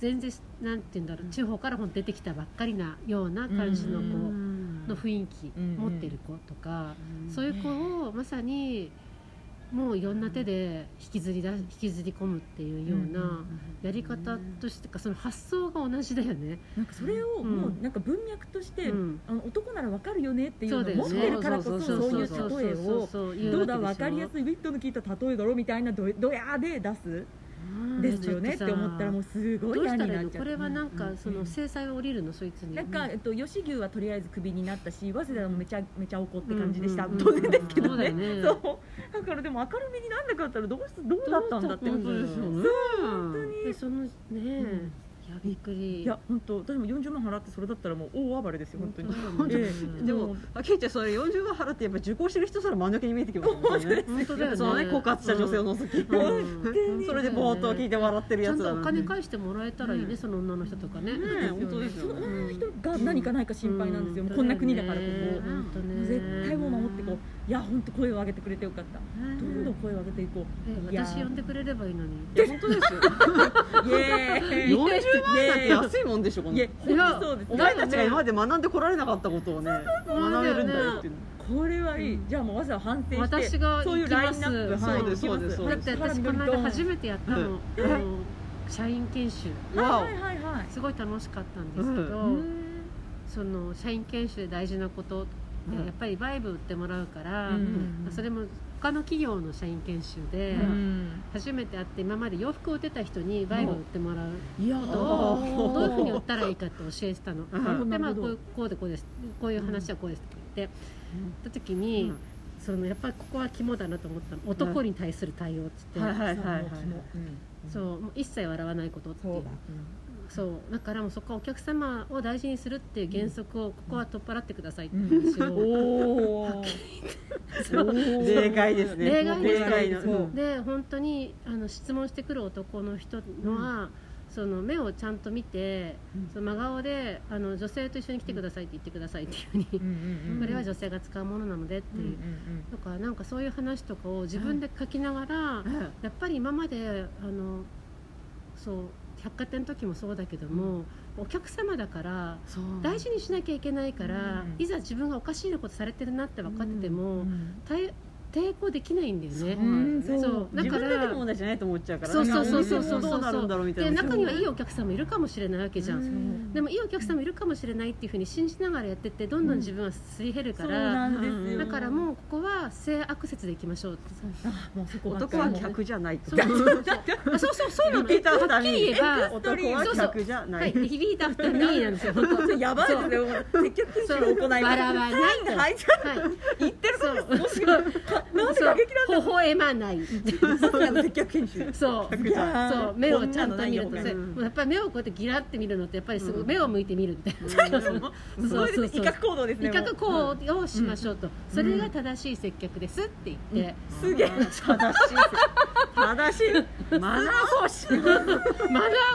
[SPEAKER 3] 全然なんて言うんだろう、
[SPEAKER 4] うん
[SPEAKER 3] 地方からほんと出てきたばっかりなような感じの子の雰囲気
[SPEAKER 2] うん
[SPEAKER 3] 持ってる子とか、そう
[SPEAKER 4] いう
[SPEAKER 3] いう子をまさにもういろんな手で引きずりだ引きずり込むっていうようなやり方としてかその発想が同じだよね。
[SPEAKER 2] なんかそれをもう
[SPEAKER 3] うん
[SPEAKER 2] なんか文脈として、
[SPEAKER 3] うん
[SPEAKER 2] あの男ならわかるよねっていう
[SPEAKER 3] そ
[SPEAKER 2] の
[SPEAKER 3] う
[SPEAKER 2] を
[SPEAKER 3] だ
[SPEAKER 2] 持
[SPEAKER 3] よ
[SPEAKER 2] っ
[SPEAKER 3] ね
[SPEAKER 2] てるからこそ
[SPEAKER 4] そ
[SPEAKER 2] そういう
[SPEAKER 4] そうそう
[SPEAKER 2] 例えをどうだわかりや
[SPEAKER 3] い
[SPEAKER 2] すいウィットの聞いた例えだろみたいなどどやーで出すですよねって思ったらもうす
[SPEAKER 3] ど
[SPEAKER 2] ご
[SPEAKER 3] う
[SPEAKER 2] い
[SPEAKER 3] し
[SPEAKER 2] 嫌
[SPEAKER 3] た
[SPEAKER 2] に
[SPEAKER 3] ら
[SPEAKER 2] なっ
[SPEAKER 3] いいの
[SPEAKER 2] ちゃ
[SPEAKER 3] こ
[SPEAKER 2] う
[SPEAKER 3] れはなん
[SPEAKER 4] うんうんう
[SPEAKER 3] か
[SPEAKER 4] ん
[SPEAKER 3] その制裁は降りるのそいつに
[SPEAKER 2] なんか、えっと、吉牛はとりあえずクビになったし早稲田もめちゃめちゃ怒って感じでした、
[SPEAKER 3] うんうんうん
[SPEAKER 2] 当然ですけ
[SPEAKER 3] そ
[SPEAKER 2] ど
[SPEAKER 3] うだよ
[SPEAKER 2] ね
[SPEAKER 3] ね
[SPEAKER 2] そうだからでも明るみになんなかったらどうしどうだったんだって
[SPEAKER 3] どう
[SPEAKER 4] 本
[SPEAKER 3] だ
[SPEAKER 4] 当
[SPEAKER 3] っ
[SPEAKER 4] ですよね本当に
[SPEAKER 3] でそのね
[SPEAKER 2] ん
[SPEAKER 3] いやびっくり
[SPEAKER 2] いや本当私も40万払ってそれだったらもう大暴れですよ本当に
[SPEAKER 3] 本当だよ
[SPEAKER 2] え
[SPEAKER 3] ね
[SPEAKER 2] え
[SPEAKER 4] で
[SPEAKER 2] で
[SPEAKER 4] も
[SPEAKER 2] も、
[SPEAKER 4] あけいちゃん、それ40万払って、やっぱ受講してる人すら間抜けに見えてきますよね。
[SPEAKER 3] 本当だよね
[SPEAKER 4] そのね、枯渇した女性を除き、
[SPEAKER 3] うん
[SPEAKER 4] うんそれでぼーっと聞いて笑ってる
[SPEAKER 3] ちゃ
[SPEAKER 4] や
[SPEAKER 3] ん
[SPEAKER 4] つ
[SPEAKER 3] と
[SPEAKER 4] だ
[SPEAKER 3] お
[SPEAKER 4] な。
[SPEAKER 3] 金
[SPEAKER 4] ね
[SPEAKER 3] 返してもらえたらいいねその女の人とかね
[SPEAKER 4] え本当です
[SPEAKER 2] そ
[SPEAKER 4] よ
[SPEAKER 2] の
[SPEAKER 4] ね。
[SPEAKER 2] 女の人が何かないか心配なんですよ、もうこんな国だからここ、
[SPEAKER 4] ね
[SPEAKER 3] 本当ね
[SPEAKER 2] もう絶対もう守ってこういや本当声を上げてくれてよかったどんどん声を上げていこう
[SPEAKER 3] え
[SPEAKER 2] いや
[SPEAKER 3] 私呼んでくれればいいのに
[SPEAKER 4] いや本当ですよ。
[SPEAKER 2] イエーイ
[SPEAKER 4] 40ねえ安いもんでしょこの
[SPEAKER 2] いや
[SPEAKER 4] 本当そうです
[SPEAKER 2] いや
[SPEAKER 4] お前たちが今まで学んでこられなかったことをね
[SPEAKER 3] そう
[SPEAKER 4] 学べるんだよっていう
[SPEAKER 2] これはいい、じゃあもうわざわざ反省して
[SPEAKER 3] 私が
[SPEAKER 2] そういうラインナップ
[SPEAKER 3] 行きます
[SPEAKER 2] はい
[SPEAKER 4] そうです
[SPEAKER 2] 行きま
[SPEAKER 4] そう
[SPEAKER 3] だ
[SPEAKER 4] です
[SPEAKER 3] って私この間初めてやったの,、あの社員研修
[SPEAKER 2] は
[SPEAKER 4] わ
[SPEAKER 2] いはいはいはい
[SPEAKER 3] すごい楽しかったんですけど、
[SPEAKER 2] うーん
[SPEAKER 3] その社員研修で大事なことって
[SPEAKER 4] うん
[SPEAKER 3] やっぱりバイブ売ってもらうから、
[SPEAKER 2] うん
[SPEAKER 3] それも他の企業の社員研修
[SPEAKER 2] う
[SPEAKER 3] で
[SPEAKER 2] ん
[SPEAKER 3] 初めて会って今まで洋服を売ってた人にバイブ売ってもらう
[SPEAKER 2] いや
[SPEAKER 3] ことをどういうふうに売ったらいいかって教えてたの。
[SPEAKER 4] なるほ
[SPEAKER 3] で
[SPEAKER 2] ど
[SPEAKER 3] まあ、
[SPEAKER 2] なる
[SPEAKER 3] こ
[SPEAKER 2] ほど
[SPEAKER 3] うこうでこうですこういう話はこうですって言って、
[SPEAKER 4] うん
[SPEAKER 3] 行った時に、
[SPEAKER 4] うん
[SPEAKER 3] そのやっぱりここは肝だなと思ったの男に対する対応って言
[SPEAKER 4] は
[SPEAKER 3] っ
[SPEAKER 4] い
[SPEAKER 3] て、
[SPEAKER 4] はいはいはい
[SPEAKER 3] そうもう一切笑わないことっていう
[SPEAKER 2] そ
[SPEAKER 3] そう
[SPEAKER 2] うだ
[SPEAKER 3] だからもうそこはお客様を大事にするっていう原則をここは取っ払ってくださいっていう話を、
[SPEAKER 2] おーそう
[SPEAKER 4] 例外ですね
[SPEAKER 3] 例外ですね
[SPEAKER 4] の
[SPEAKER 2] そう
[SPEAKER 4] うん
[SPEAKER 3] で本当にあの質問してくる男の人のは、その目をちゃんと見て、
[SPEAKER 4] うん
[SPEAKER 3] その真顔であの女性と一緒に来てくださいって言ってくださいっていうふうに、
[SPEAKER 2] うんうんうん
[SPEAKER 3] これは女性が使うものなのでっていう、
[SPEAKER 2] うん
[SPEAKER 3] とかなんかそういう話とかを自分で書きながら、
[SPEAKER 4] うん
[SPEAKER 3] やっぱり今まであのそう百貨店の時もそうだけども、お客様だから
[SPEAKER 4] そう
[SPEAKER 3] 大事にしなきゃいけないから、
[SPEAKER 2] うん
[SPEAKER 3] いざ自分がおかしいなことされてるなって分かってて
[SPEAKER 2] う
[SPEAKER 3] も、
[SPEAKER 2] ん
[SPEAKER 3] 対抵抗できないんだよね。
[SPEAKER 2] うん
[SPEAKER 4] そう
[SPEAKER 3] そうだ
[SPEAKER 4] 自
[SPEAKER 3] か
[SPEAKER 4] 分でで
[SPEAKER 3] ら
[SPEAKER 4] も問題じゃないと思っちゃうから
[SPEAKER 3] そうそうそうそう
[SPEAKER 4] なんか
[SPEAKER 3] そ
[SPEAKER 4] お店もどうなる
[SPEAKER 3] う
[SPEAKER 4] んだろうみたい
[SPEAKER 3] で
[SPEAKER 4] な
[SPEAKER 3] 中にはいいお客さんもいるかもしれないわけじゃん、
[SPEAKER 4] うん
[SPEAKER 3] でもいいお客さんもいるかもしれないっていうふうに信じながらやってってどんどん自分はすり減るか
[SPEAKER 2] そうな
[SPEAKER 3] ら、
[SPEAKER 2] んですよ
[SPEAKER 3] だからもうここは性悪説でいきましょうって
[SPEAKER 2] あもうそこばっか
[SPEAKER 4] 男
[SPEAKER 2] り
[SPEAKER 4] は客じゃない
[SPEAKER 3] そ
[SPEAKER 4] と
[SPEAKER 3] うそうそうあそうそうそうな
[SPEAKER 4] 言
[SPEAKER 3] の
[SPEAKER 4] っていた
[SPEAKER 3] は
[SPEAKER 4] た
[SPEAKER 3] っ
[SPEAKER 4] め
[SPEAKER 3] き
[SPEAKER 4] に
[SPEAKER 3] り言えば
[SPEAKER 4] 男は客じゃな
[SPEAKER 3] はいい、響いた二人なんですよ。本当
[SPEAKER 2] そうやばいですねもう積極的に行います
[SPEAKER 3] 笑わないと。
[SPEAKER 2] はい
[SPEAKER 3] はい、
[SPEAKER 2] 言ってる
[SPEAKER 3] そう、
[SPEAKER 2] なんで過激なんだ
[SPEAKER 3] そう、微笑まない。
[SPEAKER 2] さすがの接客研修
[SPEAKER 3] そう。
[SPEAKER 4] 客じゃない
[SPEAKER 3] そう目をちゃんと見る
[SPEAKER 2] ことんなのないよ
[SPEAKER 3] そう
[SPEAKER 4] うん
[SPEAKER 3] やっぱり目をこうやってギラって見るのってやっぱりすごい
[SPEAKER 4] うん
[SPEAKER 3] 目を向いて見るみたい
[SPEAKER 4] うんすごいですね
[SPEAKER 3] そうそうそう
[SPEAKER 4] 威嚇行動ですね
[SPEAKER 3] な威嚇
[SPEAKER 4] もう
[SPEAKER 3] 行為をしましょうと、それが正しい接客ですって言って、
[SPEAKER 4] すげえ正しい正しいマナー講師
[SPEAKER 3] マナー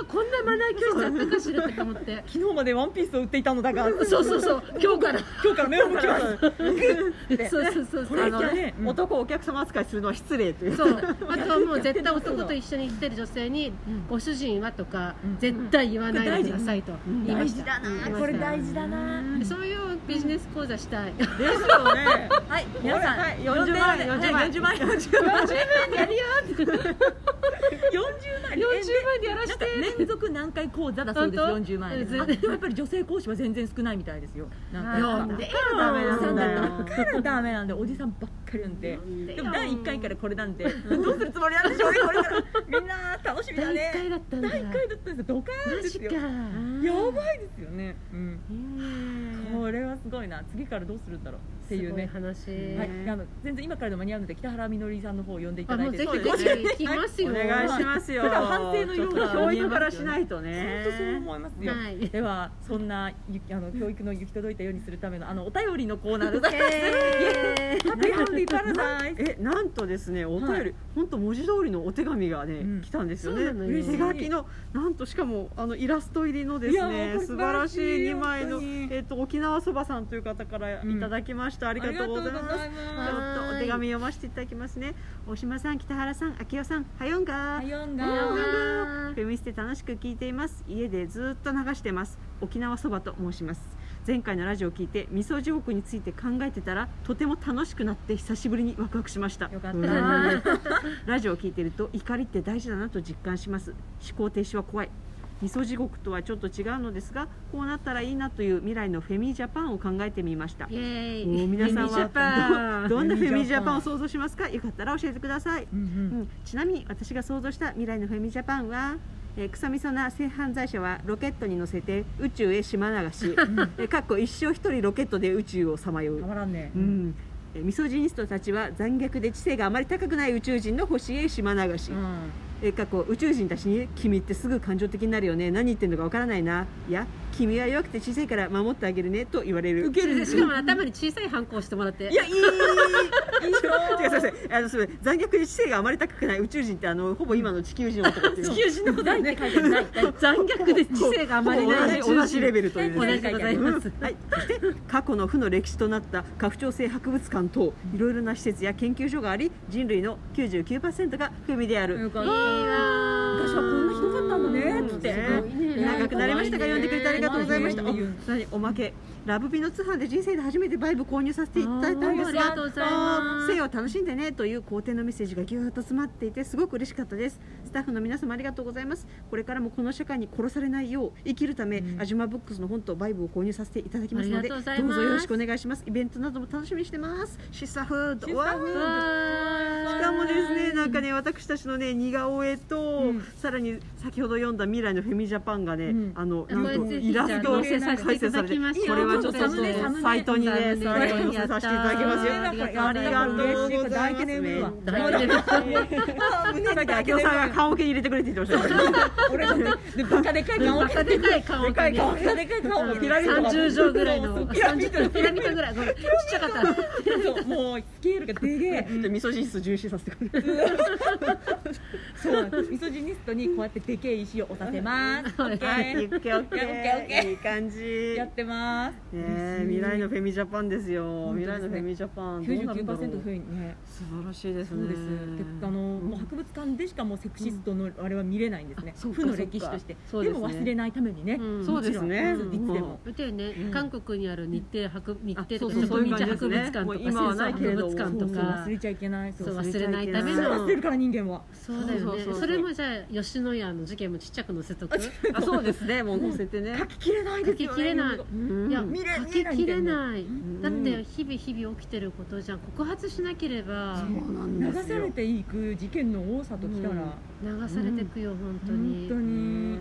[SPEAKER 3] こんなマナー教室あったかしらとか思って
[SPEAKER 2] 昨日までワンピースを売っていたのだが
[SPEAKER 3] そうそうそう今日から
[SPEAKER 2] 今日から目を向きます
[SPEAKER 3] そうそうそう
[SPEAKER 2] こ
[SPEAKER 3] そう
[SPEAKER 2] れ
[SPEAKER 3] あ
[SPEAKER 2] い
[SPEAKER 3] の
[SPEAKER 2] やね
[SPEAKER 4] うん男をお客様扱いするのは失礼という
[SPEAKER 3] そうあとはもう絶対男と一緒に来てる女性に「ご主人は?」とか
[SPEAKER 2] うん
[SPEAKER 3] 絶対言わないでくださいと言いま
[SPEAKER 2] 大
[SPEAKER 3] し
[SPEAKER 2] 事
[SPEAKER 3] た
[SPEAKER 2] だな
[SPEAKER 3] 言いました
[SPEAKER 2] これ大事だな
[SPEAKER 3] そういうビジネス講座したい
[SPEAKER 4] ですよね
[SPEAKER 2] はい皆さん
[SPEAKER 4] はい40万円40万円40万円40万円
[SPEAKER 3] やるよ
[SPEAKER 2] 40万円
[SPEAKER 3] 40万でやら
[SPEAKER 2] な
[SPEAKER 3] し
[SPEAKER 2] んか
[SPEAKER 3] て
[SPEAKER 2] 連続何回講座だそうです
[SPEAKER 3] 本当
[SPEAKER 2] 40万円
[SPEAKER 3] ず
[SPEAKER 2] あでもやっぱり女性講師は全然少ないみたいですよなん
[SPEAKER 3] なんで
[SPEAKER 2] か
[SPEAKER 3] よ
[SPEAKER 4] ダメ
[SPEAKER 2] おじ
[SPEAKER 4] な
[SPEAKER 2] さ
[SPEAKER 4] ん
[SPEAKER 2] ん
[SPEAKER 4] だ
[SPEAKER 2] だ
[SPEAKER 4] よ
[SPEAKER 2] ばっかりダメなんでおじさんばっかりなんででも第1回からこれなんでどうするつもりなんでしょうねこれから みんな楽しみだ
[SPEAKER 3] 第1回
[SPEAKER 2] ね
[SPEAKER 3] だったんだ
[SPEAKER 2] 第1回だったんですよドカーンですよ
[SPEAKER 3] マ
[SPEAKER 2] やばいですよねうんこれはすごいな次からどうするんだろうって
[SPEAKER 3] ジか
[SPEAKER 2] いうね
[SPEAKER 3] 話
[SPEAKER 2] はい、あの全然今からでも間に合うので北原みのりさんの方を呼んでいただいて
[SPEAKER 3] あもうぜひ
[SPEAKER 4] そうです
[SPEAKER 3] ぜひ聞きますよ
[SPEAKER 4] お願いしますよ
[SPEAKER 2] だから反省の色が
[SPEAKER 4] ちょっと教育からしないと
[SPEAKER 2] 本
[SPEAKER 4] ね
[SPEAKER 2] 当そう思いますよ、
[SPEAKER 3] はい
[SPEAKER 2] ではそんなゆあの教育の行き届いたようにするためのあのお便りのコーナーで ございます
[SPEAKER 4] ハッピーハッピーパラダイスえなんとですねお便
[SPEAKER 2] は
[SPEAKER 4] り本当文字通りのお手紙が
[SPEAKER 2] う
[SPEAKER 4] ね
[SPEAKER 2] ん
[SPEAKER 4] 来たんですよ
[SPEAKER 3] そうなの
[SPEAKER 4] ね
[SPEAKER 3] よ
[SPEAKER 4] 嬉しい手書きのなんとしかもあのイラスト入りのです
[SPEAKER 2] いやー
[SPEAKER 4] ね
[SPEAKER 2] これ
[SPEAKER 4] 素晴らしい2枚の
[SPEAKER 2] 本当に
[SPEAKER 4] えっと沖縄そばさんという方からいただきましたありがとうございますちょ
[SPEAKER 2] ま
[SPEAKER 4] っとお手紙読ませていただきますね大島さん北原さん秋代さんはよんが
[SPEAKER 2] はい、読ん
[SPEAKER 4] なるほど
[SPEAKER 2] だ
[SPEAKER 4] フェミステ楽しく聞いています家でずっと流してます沖縄そばと申します前回のラジオを聞いて味噌地獄について考えてたらとても楽しくなって久しぶりにワクワクしました
[SPEAKER 2] よかった
[SPEAKER 4] うん
[SPEAKER 2] な
[SPEAKER 4] ラジオを聞いてると怒りって大事だなと実感します思考停止は怖い味噌地獄とはちょっと違うのですがこうなったらいいなという未来のフェミジャパンを考えてみました
[SPEAKER 3] イエーイ
[SPEAKER 4] おー皆さん
[SPEAKER 3] フェミジャパ
[SPEAKER 4] は
[SPEAKER 3] ン
[SPEAKER 4] どどんなフェミジャパ
[SPEAKER 2] フェ
[SPEAKER 4] ン
[SPEAKER 2] ミジャパン
[SPEAKER 4] を想像しますかよかったら教えてください
[SPEAKER 2] うんうん
[SPEAKER 4] うん、ちなみに私が想像した未来のフェミジャパンは、えー、草みそな性犯罪者はロケットに乗せて宇宙へ島流し、えー、かっこ一生一人ロケットで宇宙をさまよう
[SPEAKER 2] た、まらんね、
[SPEAKER 4] うんえー、ミソジニストたちは残虐で知性があまり高くない宇宙人の星へ島流し、
[SPEAKER 2] うん
[SPEAKER 4] えー、かっこ宇宙人たちに「君ってすぐ感情的になるよね何言ってんのかわからないな」いや「君は弱くて小さいから守ってあげるね」と言われる
[SPEAKER 3] 受けるしかも頭に小さい反抗してもらって
[SPEAKER 4] いや、いい。いいよ。違う、すみません。あの、すみません。残虐で知性があまり高くない宇宙人って、あの、ほぼ今の地球人の男っていう。
[SPEAKER 2] 地球人のことね書いてない
[SPEAKER 3] 残虐で知性があまりない
[SPEAKER 4] ほぼ同じ同じレベルという
[SPEAKER 3] 同じでございます
[SPEAKER 4] はい、そして過去の負の歴史となった家父長制博物館等いろいろな施設や研究所があり人類の99%がフェミである
[SPEAKER 2] よかっ
[SPEAKER 3] いい
[SPEAKER 2] た
[SPEAKER 3] わー
[SPEAKER 2] 昔はこんなひどかったんだねっつって
[SPEAKER 3] すごいね
[SPEAKER 2] ね
[SPEAKER 4] 長くなりましたが読んでくれてありがとうございました。
[SPEAKER 2] 怖
[SPEAKER 4] お
[SPEAKER 2] いね
[SPEAKER 4] 何おまけラブビの通販で人生で初めてバイブ購入させていただいたんです
[SPEAKER 3] あーありがとうございます
[SPEAKER 4] 生を楽しんでねという肯定のメッセージがぎゅーっと詰まっていてすごく嬉しかったです。スタッフの皆様ありがとうございます。これからもこの社会に殺されないよう生きるため、
[SPEAKER 2] うん
[SPEAKER 4] アジュマブックスの本とバイブを購入させていただきますの
[SPEAKER 3] あ
[SPEAKER 4] で
[SPEAKER 3] り
[SPEAKER 4] ど
[SPEAKER 3] がとう
[SPEAKER 4] う
[SPEAKER 3] ございます
[SPEAKER 4] ぞよろしくお願いします。イベントなども楽しみにしてます。シスタフードわーしかもですね、なんかね、私たちのね、似顔絵と、
[SPEAKER 2] うん
[SPEAKER 4] さらに先ほど読んだ未来のフェミジャパンがね、
[SPEAKER 2] うん
[SPEAKER 4] あの、
[SPEAKER 3] こ
[SPEAKER 4] な
[SPEAKER 3] れ
[SPEAKER 4] んと
[SPEAKER 3] ぜひ
[SPEAKER 4] イラストを
[SPEAKER 3] じゃあ載せさ
[SPEAKER 4] 再
[SPEAKER 3] せて
[SPEAKER 4] 生され
[SPEAKER 3] いただ
[SPEAKER 4] て、
[SPEAKER 3] きましょう
[SPEAKER 4] これはちょっと
[SPEAKER 2] サムネサムネ
[SPEAKER 4] サイトにね、
[SPEAKER 3] サム
[SPEAKER 4] サ
[SPEAKER 3] ネ
[SPEAKER 4] イトに載せさせていただきますよ。
[SPEAKER 3] ありがとうございます
[SPEAKER 4] ありがとうございます。
[SPEAKER 2] 大
[SPEAKER 3] 丈
[SPEAKER 4] さっき秋夫さんが顔をに入れてくれって言ってましたよね。
[SPEAKER 5] 俺のでバカでかい顔
[SPEAKER 3] 顔がでかい顔
[SPEAKER 5] でかい顔がでかい顔もピラミッド
[SPEAKER 3] 三十畳ぐらいの
[SPEAKER 5] ピラミッドの
[SPEAKER 3] ピラミッドぐらいごめんちっちゃかった
[SPEAKER 5] そうもうスケールがでげえ
[SPEAKER 4] ちょっと味噌汁重視させてくれて。
[SPEAKER 5] そうなんですミソジニストにこうやってでけえ石を押させますオッケ
[SPEAKER 4] はい、オッ
[SPEAKER 5] ー
[SPEAKER 4] ケーオッケ
[SPEAKER 5] オッケーオッケ
[SPEAKER 4] ー。
[SPEAKER 5] ー
[SPEAKER 4] いい感じ。
[SPEAKER 5] やってます
[SPEAKER 4] ねえ、未来のフェミジャパンですよ。
[SPEAKER 5] 本当
[SPEAKER 4] 未
[SPEAKER 5] で
[SPEAKER 4] 来の
[SPEAKER 5] すね
[SPEAKER 4] フェミジャパン。どうなるんだろう
[SPEAKER 5] 99%増えね
[SPEAKER 4] 素晴らしいです
[SPEAKER 5] そう
[SPEAKER 4] ね。
[SPEAKER 5] です。であのもう博物館でしかもうセクシストのあれは見れないんですね。
[SPEAKER 4] そうか
[SPEAKER 5] 負の歴史として。
[SPEAKER 4] そう
[SPEAKER 5] で
[SPEAKER 4] ですね
[SPEAKER 5] も忘れないためにね。
[SPEAKER 3] うん
[SPEAKER 4] そうですね
[SPEAKER 5] もちろんいつでも。
[SPEAKER 3] だよね、
[SPEAKER 4] うん
[SPEAKER 3] 韓国にある日程博日
[SPEAKER 4] あ
[SPEAKER 3] 程とか
[SPEAKER 4] そうそう
[SPEAKER 3] 植民地博物館
[SPEAKER 4] そういう感じですねもう今
[SPEAKER 3] と
[SPEAKER 4] は
[SPEAKER 3] か
[SPEAKER 4] ない
[SPEAKER 3] 戦争
[SPEAKER 4] けれ
[SPEAKER 3] 博
[SPEAKER 4] ど
[SPEAKER 3] 物館
[SPEAKER 5] そ
[SPEAKER 3] と
[SPEAKER 5] うそう
[SPEAKER 3] か
[SPEAKER 5] 忘れちゃいけない。そ
[SPEAKER 3] そう
[SPEAKER 5] う。
[SPEAKER 3] 忘れないため
[SPEAKER 5] すぐ
[SPEAKER 4] そう
[SPEAKER 3] の
[SPEAKER 5] 忘れるから人間は。
[SPEAKER 3] そうだ
[SPEAKER 4] そ
[SPEAKER 3] よ
[SPEAKER 4] うそう
[SPEAKER 3] ね
[SPEAKER 4] そうそう
[SPEAKER 3] それもじゃあ吉野家の事件もちっちゃく載せとく書
[SPEAKER 4] あ、そうですね。もう乗せてね。
[SPEAKER 5] ききれないですよね。
[SPEAKER 3] ききれない
[SPEAKER 4] うん
[SPEAKER 3] いや
[SPEAKER 5] 見れ
[SPEAKER 3] ききれない、
[SPEAKER 4] ん
[SPEAKER 3] だって日々日々起きてることじゃん告発しなければ
[SPEAKER 4] そうなん
[SPEAKER 5] 流
[SPEAKER 4] です
[SPEAKER 5] さ
[SPEAKER 4] よ。
[SPEAKER 5] れていく事件の多さときたら、
[SPEAKER 4] うん
[SPEAKER 3] 流されてくよ、本当
[SPEAKER 5] 本
[SPEAKER 3] に
[SPEAKER 5] 当に。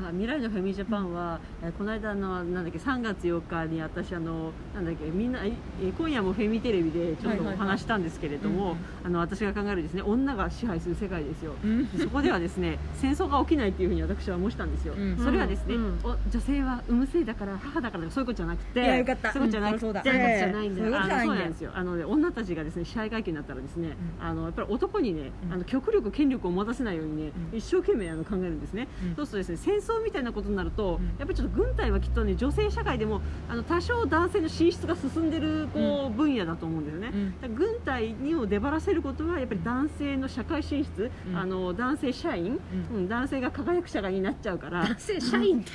[SPEAKER 4] あー未来のフェミジャパンは、えーこの間あのなんだっけ3月4日に私あのなんだっけみんなえー今夜もフェミテレビでちょっ
[SPEAKER 5] はい
[SPEAKER 4] とお
[SPEAKER 5] はいはい
[SPEAKER 4] 話したんですけれど
[SPEAKER 5] う
[SPEAKER 4] も
[SPEAKER 5] ん
[SPEAKER 4] あの私が考えるですね女が支配する世界ですよ
[SPEAKER 5] うん
[SPEAKER 4] でそこではですね戦争が起きないっていうふうに私は申したんですよ、
[SPEAKER 5] うん
[SPEAKER 4] それはですね、
[SPEAKER 3] うん
[SPEAKER 4] お女性は産むせいだから母だからとかそういうことじゃなくて
[SPEAKER 5] いやよかった
[SPEAKER 4] そういうことじゃなくて、
[SPEAKER 5] うんそうだ
[SPEAKER 3] そういうことじゃないんだ
[SPEAKER 5] そういうこと
[SPEAKER 4] あ
[SPEAKER 5] じゃないん
[SPEAKER 4] そう
[SPEAKER 5] だ
[SPEAKER 4] な
[SPEAKER 5] よ
[SPEAKER 4] んですよあのね女たちがですね支配階級になったらですね、
[SPEAKER 5] う
[SPEAKER 4] あのやっぱり男にね、
[SPEAKER 5] うん
[SPEAKER 4] あの極力権力を持たせないようにね、
[SPEAKER 5] うん
[SPEAKER 4] 一生懸命あの考えるんですね、
[SPEAKER 5] うん
[SPEAKER 4] そうするとですね戦争みたいなことになると、
[SPEAKER 5] うん
[SPEAKER 4] やっぱりちょっと軍隊はきっとね女性社会でもあの多少男性の進出が進んでるこう、分野だと思うんですよね、
[SPEAKER 5] うん
[SPEAKER 4] だから軍隊にを出ばらせることはやっぱり男性の社会進出、
[SPEAKER 5] うん
[SPEAKER 4] あの男性社員、
[SPEAKER 5] う
[SPEAKER 4] うん男性が輝く社会になっちゃうから
[SPEAKER 3] せ社員って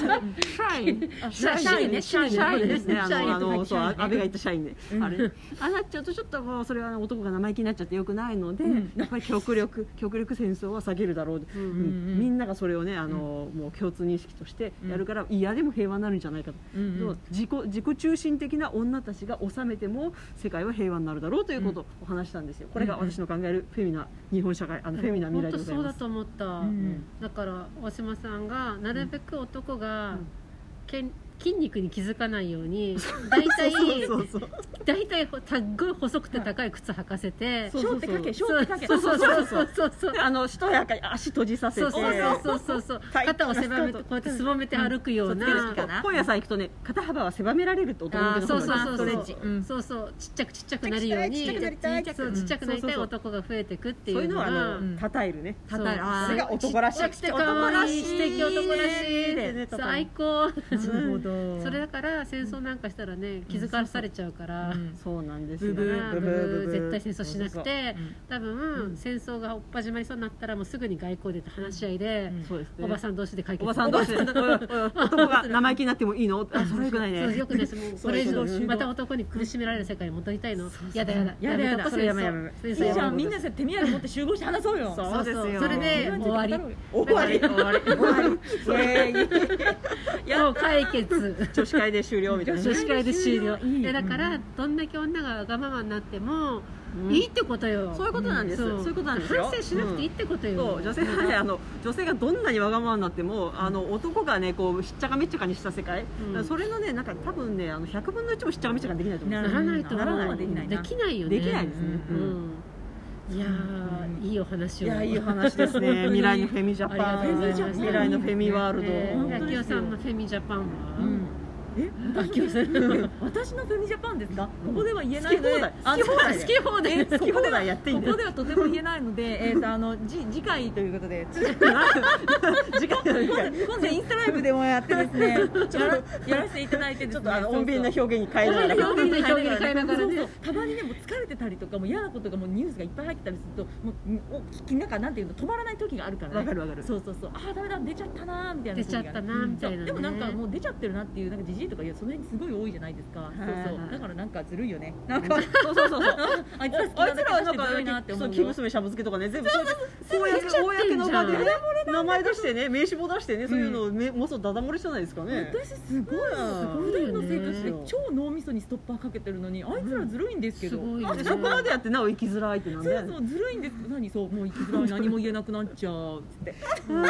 [SPEAKER 4] 社員
[SPEAKER 3] 社員ね
[SPEAKER 4] 社員
[SPEAKER 3] 社員
[SPEAKER 4] ですねあ
[SPEAKER 3] 社員
[SPEAKER 4] のあのそう安
[SPEAKER 5] 社
[SPEAKER 4] 倍
[SPEAKER 5] 員
[SPEAKER 4] が言った社員で、
[SPEAKER 5] うん
[SPEAKER 4] あれあなっちゃうとちょっともうそれは男が生意気になっちゃってよくないので、
[SPEAKER 5] うん
[SPEAKER 4] やっぱり極力極力戦争は避けるだろう、
[SPEAKER 3] うん
[SPEAKER 4] うん
[SPEAKER 5] うん
[SPEAKER 4] みんながそれをねあの、もう共通認識としてやるから、いやでも平和になるんじゃないかと、
[SPEAKER 5] うんうん
[SPEAKER 4] でも自己自己中心的な女たちが治めても世界は平和になるだろうということをお話ししたんですよ、これが私の考えるフェミナ日本社会あのフェミナ未
[SPEAKER 3] 本
[SPEAKER 4] 来で
[SPEAKER 3] 当
[SPEAKER 4] ござい
[SPEAKER 3] そう
[SPEAKER 4] ま
[SPEAKER 3] だ
[SPEAKER 4] す。
[SPEAKER 3] と思った、
[SPEAKER 5] うん
[SPEAKER 3] だから大島さんがなるべく男が、
[SPEAKER 4] うん
[SPEAKER 3] けん筋肉に気づかないように大体
[SPEAKER 4] そうそうそう
[SPEAKER 3] 大体すっごい細くて高い靴履かせて
[SPEAKER 4] そうそうそう
[SPEAKER 5] 小手かけ小
[SPEAKER 3] そう
[SPEAKER 5] 手かけ
[SPEAKER 3] そうそうそうそうそうそう
[SPEAKER 4] であのしとやかに足閉じさせ
[SPEAKER 3] そ
[SPEAKER 4] て
[SPEAKER 3] うそうそうそうそう
[SPEAKER 4] タイトな
[SPEAKER 3] 肩を狭め
[SPEAKER 4] スカー
[SPEAKER 3] て
[SPEAKER 4] ト
[SPEAKER 3] こうやってすぼめて歩くような
[SPEAKER 5] かな
[SPEAKER 4] 本屋さん行くとね肩幅は狭められると男
[SPEAKER 3] あ
[SPEAKER 4] の
[SPEAKER 3] ー
[SPEAKER 4] 人
[SPEAKER 3] そう
[SPEAKER 4] の方
[SPEAKER 3] そう
[SPEAKER 4] が
[SPEAKER 3] そう
[SPEAKER 5] ストレ
[SPEAKER 3] そ
[SPEAKER 5] ッ
[SPEAKER 3] う
[SPEAKER 5] チうん
[SPEAKER 3] そうそうちっちゃくちっちゃくなるように
[SPEAKER 5] ちっちゃくなりたいちっちゃ
[SPEAKER 3] そ
[SPEAKER 5] くなりたい
[SPEAKER 3] うちっちゃくなりたい
[SPEAKER 4] うん
[SPEAKER 3] 男が増えてくってい
[SPEAKER 4] そういう
[SPEAKER 3] う
[SPEAKER 4] の
[SPEAKER 3] の
[SPEAKER 4] は
[SPEAKER 3] が
[SPEAKER 4] あ
[SPEAKER 5] うん
[SPEAKER 4] の叩えるね
[SPEAKER 5] た
[SPEAKER 3] そう
[SPEAKER 5] たあー
[SPEAKER 4] それが男らしい
[SPEAKER 3] ちっちゃくて可愛い素敵男らし
[SPEAKER 4] でね
[SPEAKER 3] い
[SPEAKER 4] 叩
[SPEAKER 3] 最
[SPEAKER 4] いて
[SPEAKER 3] 高
[SPEAKER 5] なるほど。
[SPEAKER 3] それだから戦争なんかしたらね気づかされちゃうから
[SPEAKER 5] うん
[SPEAKER 4] そうなんです
[SPEAKER 5] ブ
[SPEAKER 4] よ
[SPEAKER 5] ブ
[SPEAKER 3] だ
[SPEAKER 5] ー
[SPEAKER 3] か
[SPEAKER 4] ブ
[SPEAKER 3] ら
[SPEAKER 4] ブーブブー
[SPEAKER 3] 絶対戦争しなくて
[SPEAKER 5] うん
[SPEAKER 3] 多分戦争がおっ始まりそうになったらもうすぐに外交で話し合いで
[SPEAKER 5] うん
[SPEAKER 4] そうですね
[SPEAKER 3] おばさん同士で解
[SPEAKER 4] お
[SPEAKER 3] 決
[SPEAKER 4] ばさん同士で男が生意気になってもいいのあそれよくない
[SPEAKER 3] そう
[SPEAKER 4] ね
[SPEAKER 3] よくないで すもう
[SPEAKER 5] そ
[SPEAKER 3] こ
[SPEAKER 5] う
[SPEAKER 3] れ以
[SPEAKER 5] そう
[SPEAKER 3] 上
[SPEAKER 5] そう
[SPEAKER 3] また男に苦しめられる世界に戻りたいのやだやだ
[SPEAKER 5] やだやだ
[SPEAKER 3] めとこ
[SPEAKER 4] それやめやめや
[SPEAKER 5] い
[SPEAKER 3] 戦争
[SPEAKER 5] いじ
[SPEAKER 3] 戦争
[SPEAKER 5] ゃんみんなさ手土産持って集合して話そうよ。
[SPEAKER 4] そうですよ
[SPEAKER 3] それで終わり
[SPEAKER 4] 終わり終わり終わりイエーイ
[SPEAKER 3] もう解決
[SPEAKER 4] 女子会で終了みたいな
[SPEAKER 3] 女子会で終了
[SPEAKER 5] いい
[SPEAKER 3] えだからどんだけ女がわがままになっても
[SPEAKER 4] うん
[SPEAKER 3] いいってことよ
[SPEAKER 4] そういうことなんですそういうことなんですよ
[SPEAKER 3] 反省しなくていいってことよ
[SPEAKER 4] そう女性はねあの女性がどんなにわがままになってもあの男がねこうしっちゃかめっちゃかにした世界、
[SPEAKER 3] うん
[SPEAKER 4] それのねなんか多分ねあの100分の1もしっちゃかめっちゃかできないと思うん
[SPEAKER 3] な
[SPEAKER 4] ですよ
[SPEAKER 3] らないと
[SPEAKER 4] ならない
[SPEAKER 3] で
[SPEAKER 5] で
[SPEAKER 3] き
[SPEAKER 5] き
[SPEAKER 3] な
[SPEAKER 5] ないい
[SPEAKER 3] で
[SPEAKER 5] な
[SPEAKER 3] きないよね
[SPEAKER 4] できないですね、
[SPEAKER 3] う
[SPEAKER 4] うん
[SPEAKER 3] んいやーいいお話
[SPEAKER 4] い
[SPEAKER 3] を
[SPEAKER 4] やいいお話です ね未来のフェミジャ
[SPEAKER 3] あ
[SPEAKER 4] パン
[SPEAKER 3] りがとうございました
[SPEAKER 4] 未来のフェミワールド、
[SPEAKER 3] えー
[SPEAKER 4] 本当
[SPEAKER 3] 秋
[SPEAKER 4] で
[SPEAKER 3] 代
[SPEAKER 4] すよ
[SPEAKER 3] さんのフェミジャパンは
[SPEAKER 5] うんえ私のフェミジャパンですか、ここでは言えないので
[SPEAKER 4] 好き放題
[SPEAKER 5] 好き放題
[SPEAKER 4] え好き放題やっていいんだ
[SPEAKER 5] こ
[SPEAKER 4] よ
[SPEAKER 5] こではとても言えないので、えー、とあのじ次回ということで、
[SPEAKER 4] 時 間がないから
[SPEAKER 5] 今度インスタライブでもやってですね、やらやらせていただいてですね、
[SPEAKER 4] ちょっとあの
[SPEAKER 5] そうそう
[SPEAKER 4] 穏便な表現に変えながら
[SPEAKER 5] 表現
[SPEAKER 3] 表
[SPEAKER 5] に
[SPEAKER 3] 現に変えながらね
[SPEAKER 5] そうそうたまにねもう疲れてたりとかもう嫌なことがもうニュースがいっぱい入ってたりするともうお聞きなんかなんていうの止まらない時があるからね
[SPEAKER 4] わかるわかる
[SPEAKER 5] そうそうそうああダメだ出ちゃったなーみたいな
[SPEAKER 3] 出ちゃったなみたいなね
[SPEAKER 5] そうでもなんかもう出ちゃってるなっていうなんかじじいとかいやその辺すごい多いじゃないですかそう
[SPEAKER 4] はい
[SPEAKER 5] そ
[SPEAKER 4] はいう
[SPEAKER 5] だからなんかずるいよねなんかそうそうそうそうあいつら好き
[SPEAKER 4] あ
[SPEAKER 5] ないだ
[SPEAKER 4] つ
[SPEAKER 5] け
[SPEAKER 4] らは
[SPEAKER 5] 出し
[SPEAKER 4] なん
[SPEAKER 5] てずるいな
[SPEAKER 4] か
[SPEAKER 5] って思
[SPEAKER 4] そうう
[SPEAKER 5] よ
[SPEAKER 4] 生娘しゃぶ漬けとかね全部そうやって公
[SPEAKER 3] 出ちゃって
[SPEAKER 4] 公
[SPEAKER 3] ん
[SPEAKER 4] の
[SPEAKER 3] じゃ
[SPEAKER 4] 場
[SPEAKER 3] ん
[SPEAKER 4] でね名前出してね名刺も出してねそういうのをめもうそうダダ漏れしたないですかね
[SPEAKER 5] 私すごい
[SPEAKER 4] うん
[SPEAKER 5] 二人の生活
[SPEAKER 4] す
[SPEAKER 5] で
[SPEAKER 4] ごいよね
[SPEAKER 5] 超脳みそにストッパーかけてるのにあいつらずるいんですけ
[SPEAKER 3] す
[SPEAKER 5] ど、
[SPEAKER 3] ごいね
[SPEAKER 4] そこまでやってなお生きづらいってなん
[SPEAKER 5] そ
[SPEAKER 4] だよ
[SPEAKER 5] う
[SPEAKER 4] ね
[SPEAKER 5] そうずるいんです何そうもう生きづらい何も言えなくなっちゃうっつってあー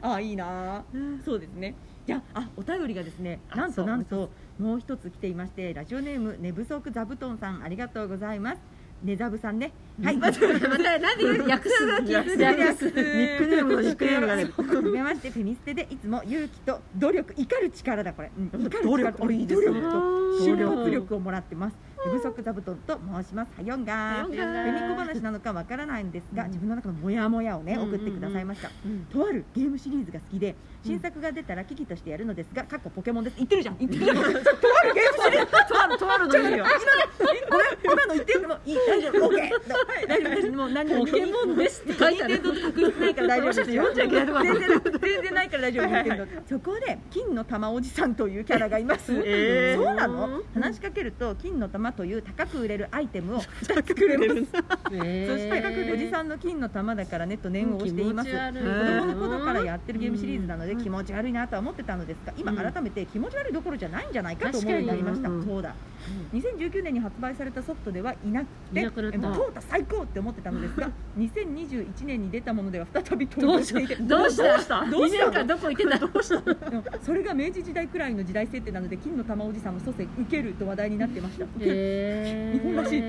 [SPEAKER 5] あーいいなーそうですねじゃああお便りがですね
[SPEAKER 4] あ
[SPEAKER 5] なん
[SPEAKER 4] そ
[SPEAKER 5] と
[SPEAKER 4] う
[SPEAKER 5] なんともう一つ来ていましてラジオネーム寝不足座布団さんありがとうございます寝ざぶさんねはいまず
[SPEAKER 3] またなんで訳すの
[SPEAKER 4] いやニ ックネームのニックネームがね
[SPEAKER 5] はじめましてフェミステでいつも勇気と努力怒る力だこれ、うん、怒る力
[SPEAKER 4] 努力あれいいですよね
[SPEAKER 5] 瞬発力をもらってます寝不足座布団と申しますはよんが
[SPEAKER 3] はよ
[SPEAKER 5] ー
[SPEAKER 3] んがー
[SPEAKER 5] フェミ小話なのかわからないんですが、自分の中のモヤモヤをね
[SPEAKER 3] うんうんうん
[SPEAKER 5] 送ってくださいました、
[SPEAKER 4] うん
[SPEAKER 5] とあるゲームシリーズが好きで新作が出たら危機としてやるのですがかっこポケモンです言ってるじゃん言ってるじゃんとあるゲームシリーズ
[SPEAKER 4] とあるとあるのいいよ
[SPEAKER 5] 今の言ってるのもいい大丈夫 OK 大丈夫大丈夫もう何も
[SPEAKER 3] ポケモンですって書いてある
[SPEAKER 5] 任天堂と確立ないから大丈夫ですよ
[SPEAKER 4] もしかして読んじゃいけない
[SPEAKER 5] 全然全然ないから大丈夫任天堂そこで金の玉おじさんというキャラがい ます、
[SPEAKER 4] えー
[SPEAKER 5] そうなの話しかけると金の玉という高く売れるアイテムを2つく
[SPEAKER 4] く
[SPEAKER 5] れ
[SPEAKER 4] れ
[SPEAKER 5] ます
[SPEAKER 4] る
[SPEAKER 5] そして高く売れるおじさんの金の玉だからねと念を押しています
[SPEAKER 3] 気持ち悪い
[SPEAKER 5] 子供の頃からやってるゲームシリーズなので気持ち悪いなとは思ってたのですが今
[SPEAKER 3] うん
[SPEAKER 5] 改めて気持ち悪いどころじゃないんじゃないかと思うようになりました
[SPEAKER 3] 確かに
[SPEAKER 5] そうだ2019年に発売されたソフトではいなくて
[SPEAKER 3] いなくなった
[SPEAKER 5] えもう淘汰最高って思ってたのですが2021年に出たものでは再び淘
[SPEAKER 3] ど
[SPEAKER 5] 汰
[SPEAKER 3] う
[SPEAKER 5] してい て
[SPEAKER 3] したどうした
[SPEAKER 5] どうした
[SPEAKER 3] 2年間どこ行ってた
[SPEAKER 5] でもそれが明治時代くらいの時代設定なので金の玉おじさんの蘇生受けると話題になってました
[SPEAKER 3] 日
[SPEAKER 5] 日本らしい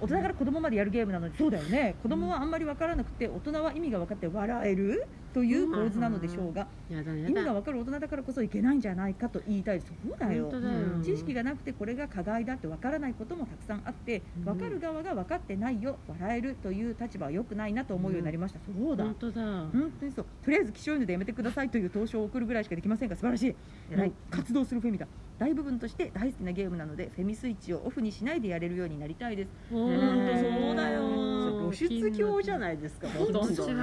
[SPEAKER 5] 大人から子供までやるゲームなのでそうだよね子供はあんまり分からなくて大人は意味が分かって笑えるという構図なのでしょうが
[SPEAKER 3] やだ
[SPEAKER 5] 意味が
[SPEAKER 3] や
[SPEAKER 5] 分かる大人だからこそいけないんじゃないかと言いたいそう
[SPEAKER 3] だ
[SPEAKER 5] だよ
[SPEAKER 3] 本当だよ
[SPEAKER 4] うん
[SPEAKER 5] 知識がなくてこれが課題だって分からないこともたくさんあって分かる側が分かってないよ笑えるという立場は良くないなと思うようになりました、そうだ
[SPEAKER 3] 本当だ
[SPEAKER 5] 本当にそうとりあえず気象犬でやめてくださいという投書を送るぐらいしかできませんが素晴らしい、
[SPEAKER 4] 偉い
[SPEAKER 5] もう活動するフェミだ大部分として大好きなゲームなのでフェミスイッチをオフにしないでやれるようになりたいです
[SPEAKER 3] 本
[SPEAKER 5] そうだよ
[SPEAKER 4] 露出狂じゃないですか
[SPEAKER 5] 本当
[SPEAKER 4] ほとんどね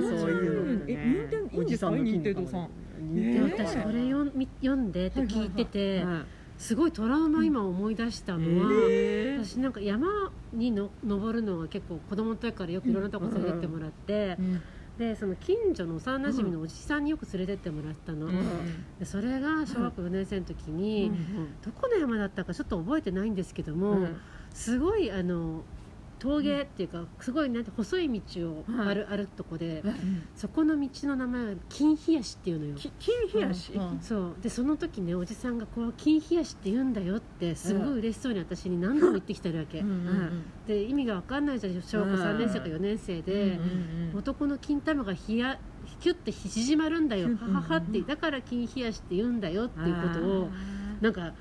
[SPEAKER 5] 本当
[SPEAKER 4] そういうのってね
[SPEAKER 5] え任天
[SPEAKER 4] おじさんの金の玉
[SPEAKER 5] 任天堂さん
[SPEAKER 4] ね
[SPEAKER 3] で
[SPEAKER 5] ね
[SPEAKER 3] 私これ読み読んでって聞いてて、
[SPEAKER 4] うん
[SPEAKER 3] すごいトラウマ今思い出したのは、
[SPEAKER 4] えー
[SPEAKER 3] 私なんか山にの登るのが結構子供の時からよくいろんなとこ連れてってもらって、でその近所の幼馴染のおじさんによく連れてってもらったの、でそれが小学校4年生の時に、どこの山だったかちょっと覚えてないんですけども、
[SPEAKER 4] うん
[SPEAKER 3] すごいあの峠っていうかすごいなんて細い道を歩,、
[SPEAKER 4] はい
[SPEAKER 3] 歩くとこで、そこの道の名前が金冷やしっていうのよ
[SPEAKER 4] き金冷やし
[SPEAKER 3] そうでその時ねおじさんがこう金冷やしって言うんだよってすごい嬉しそうに私に何度も言ってきてるわけ、で意味が分かんないじゃん小学校3年生か4年生で、男の金玉が冷やキュッて縮まるんだよ、はははってだから金冷やしって言うんだよっていうことをなんか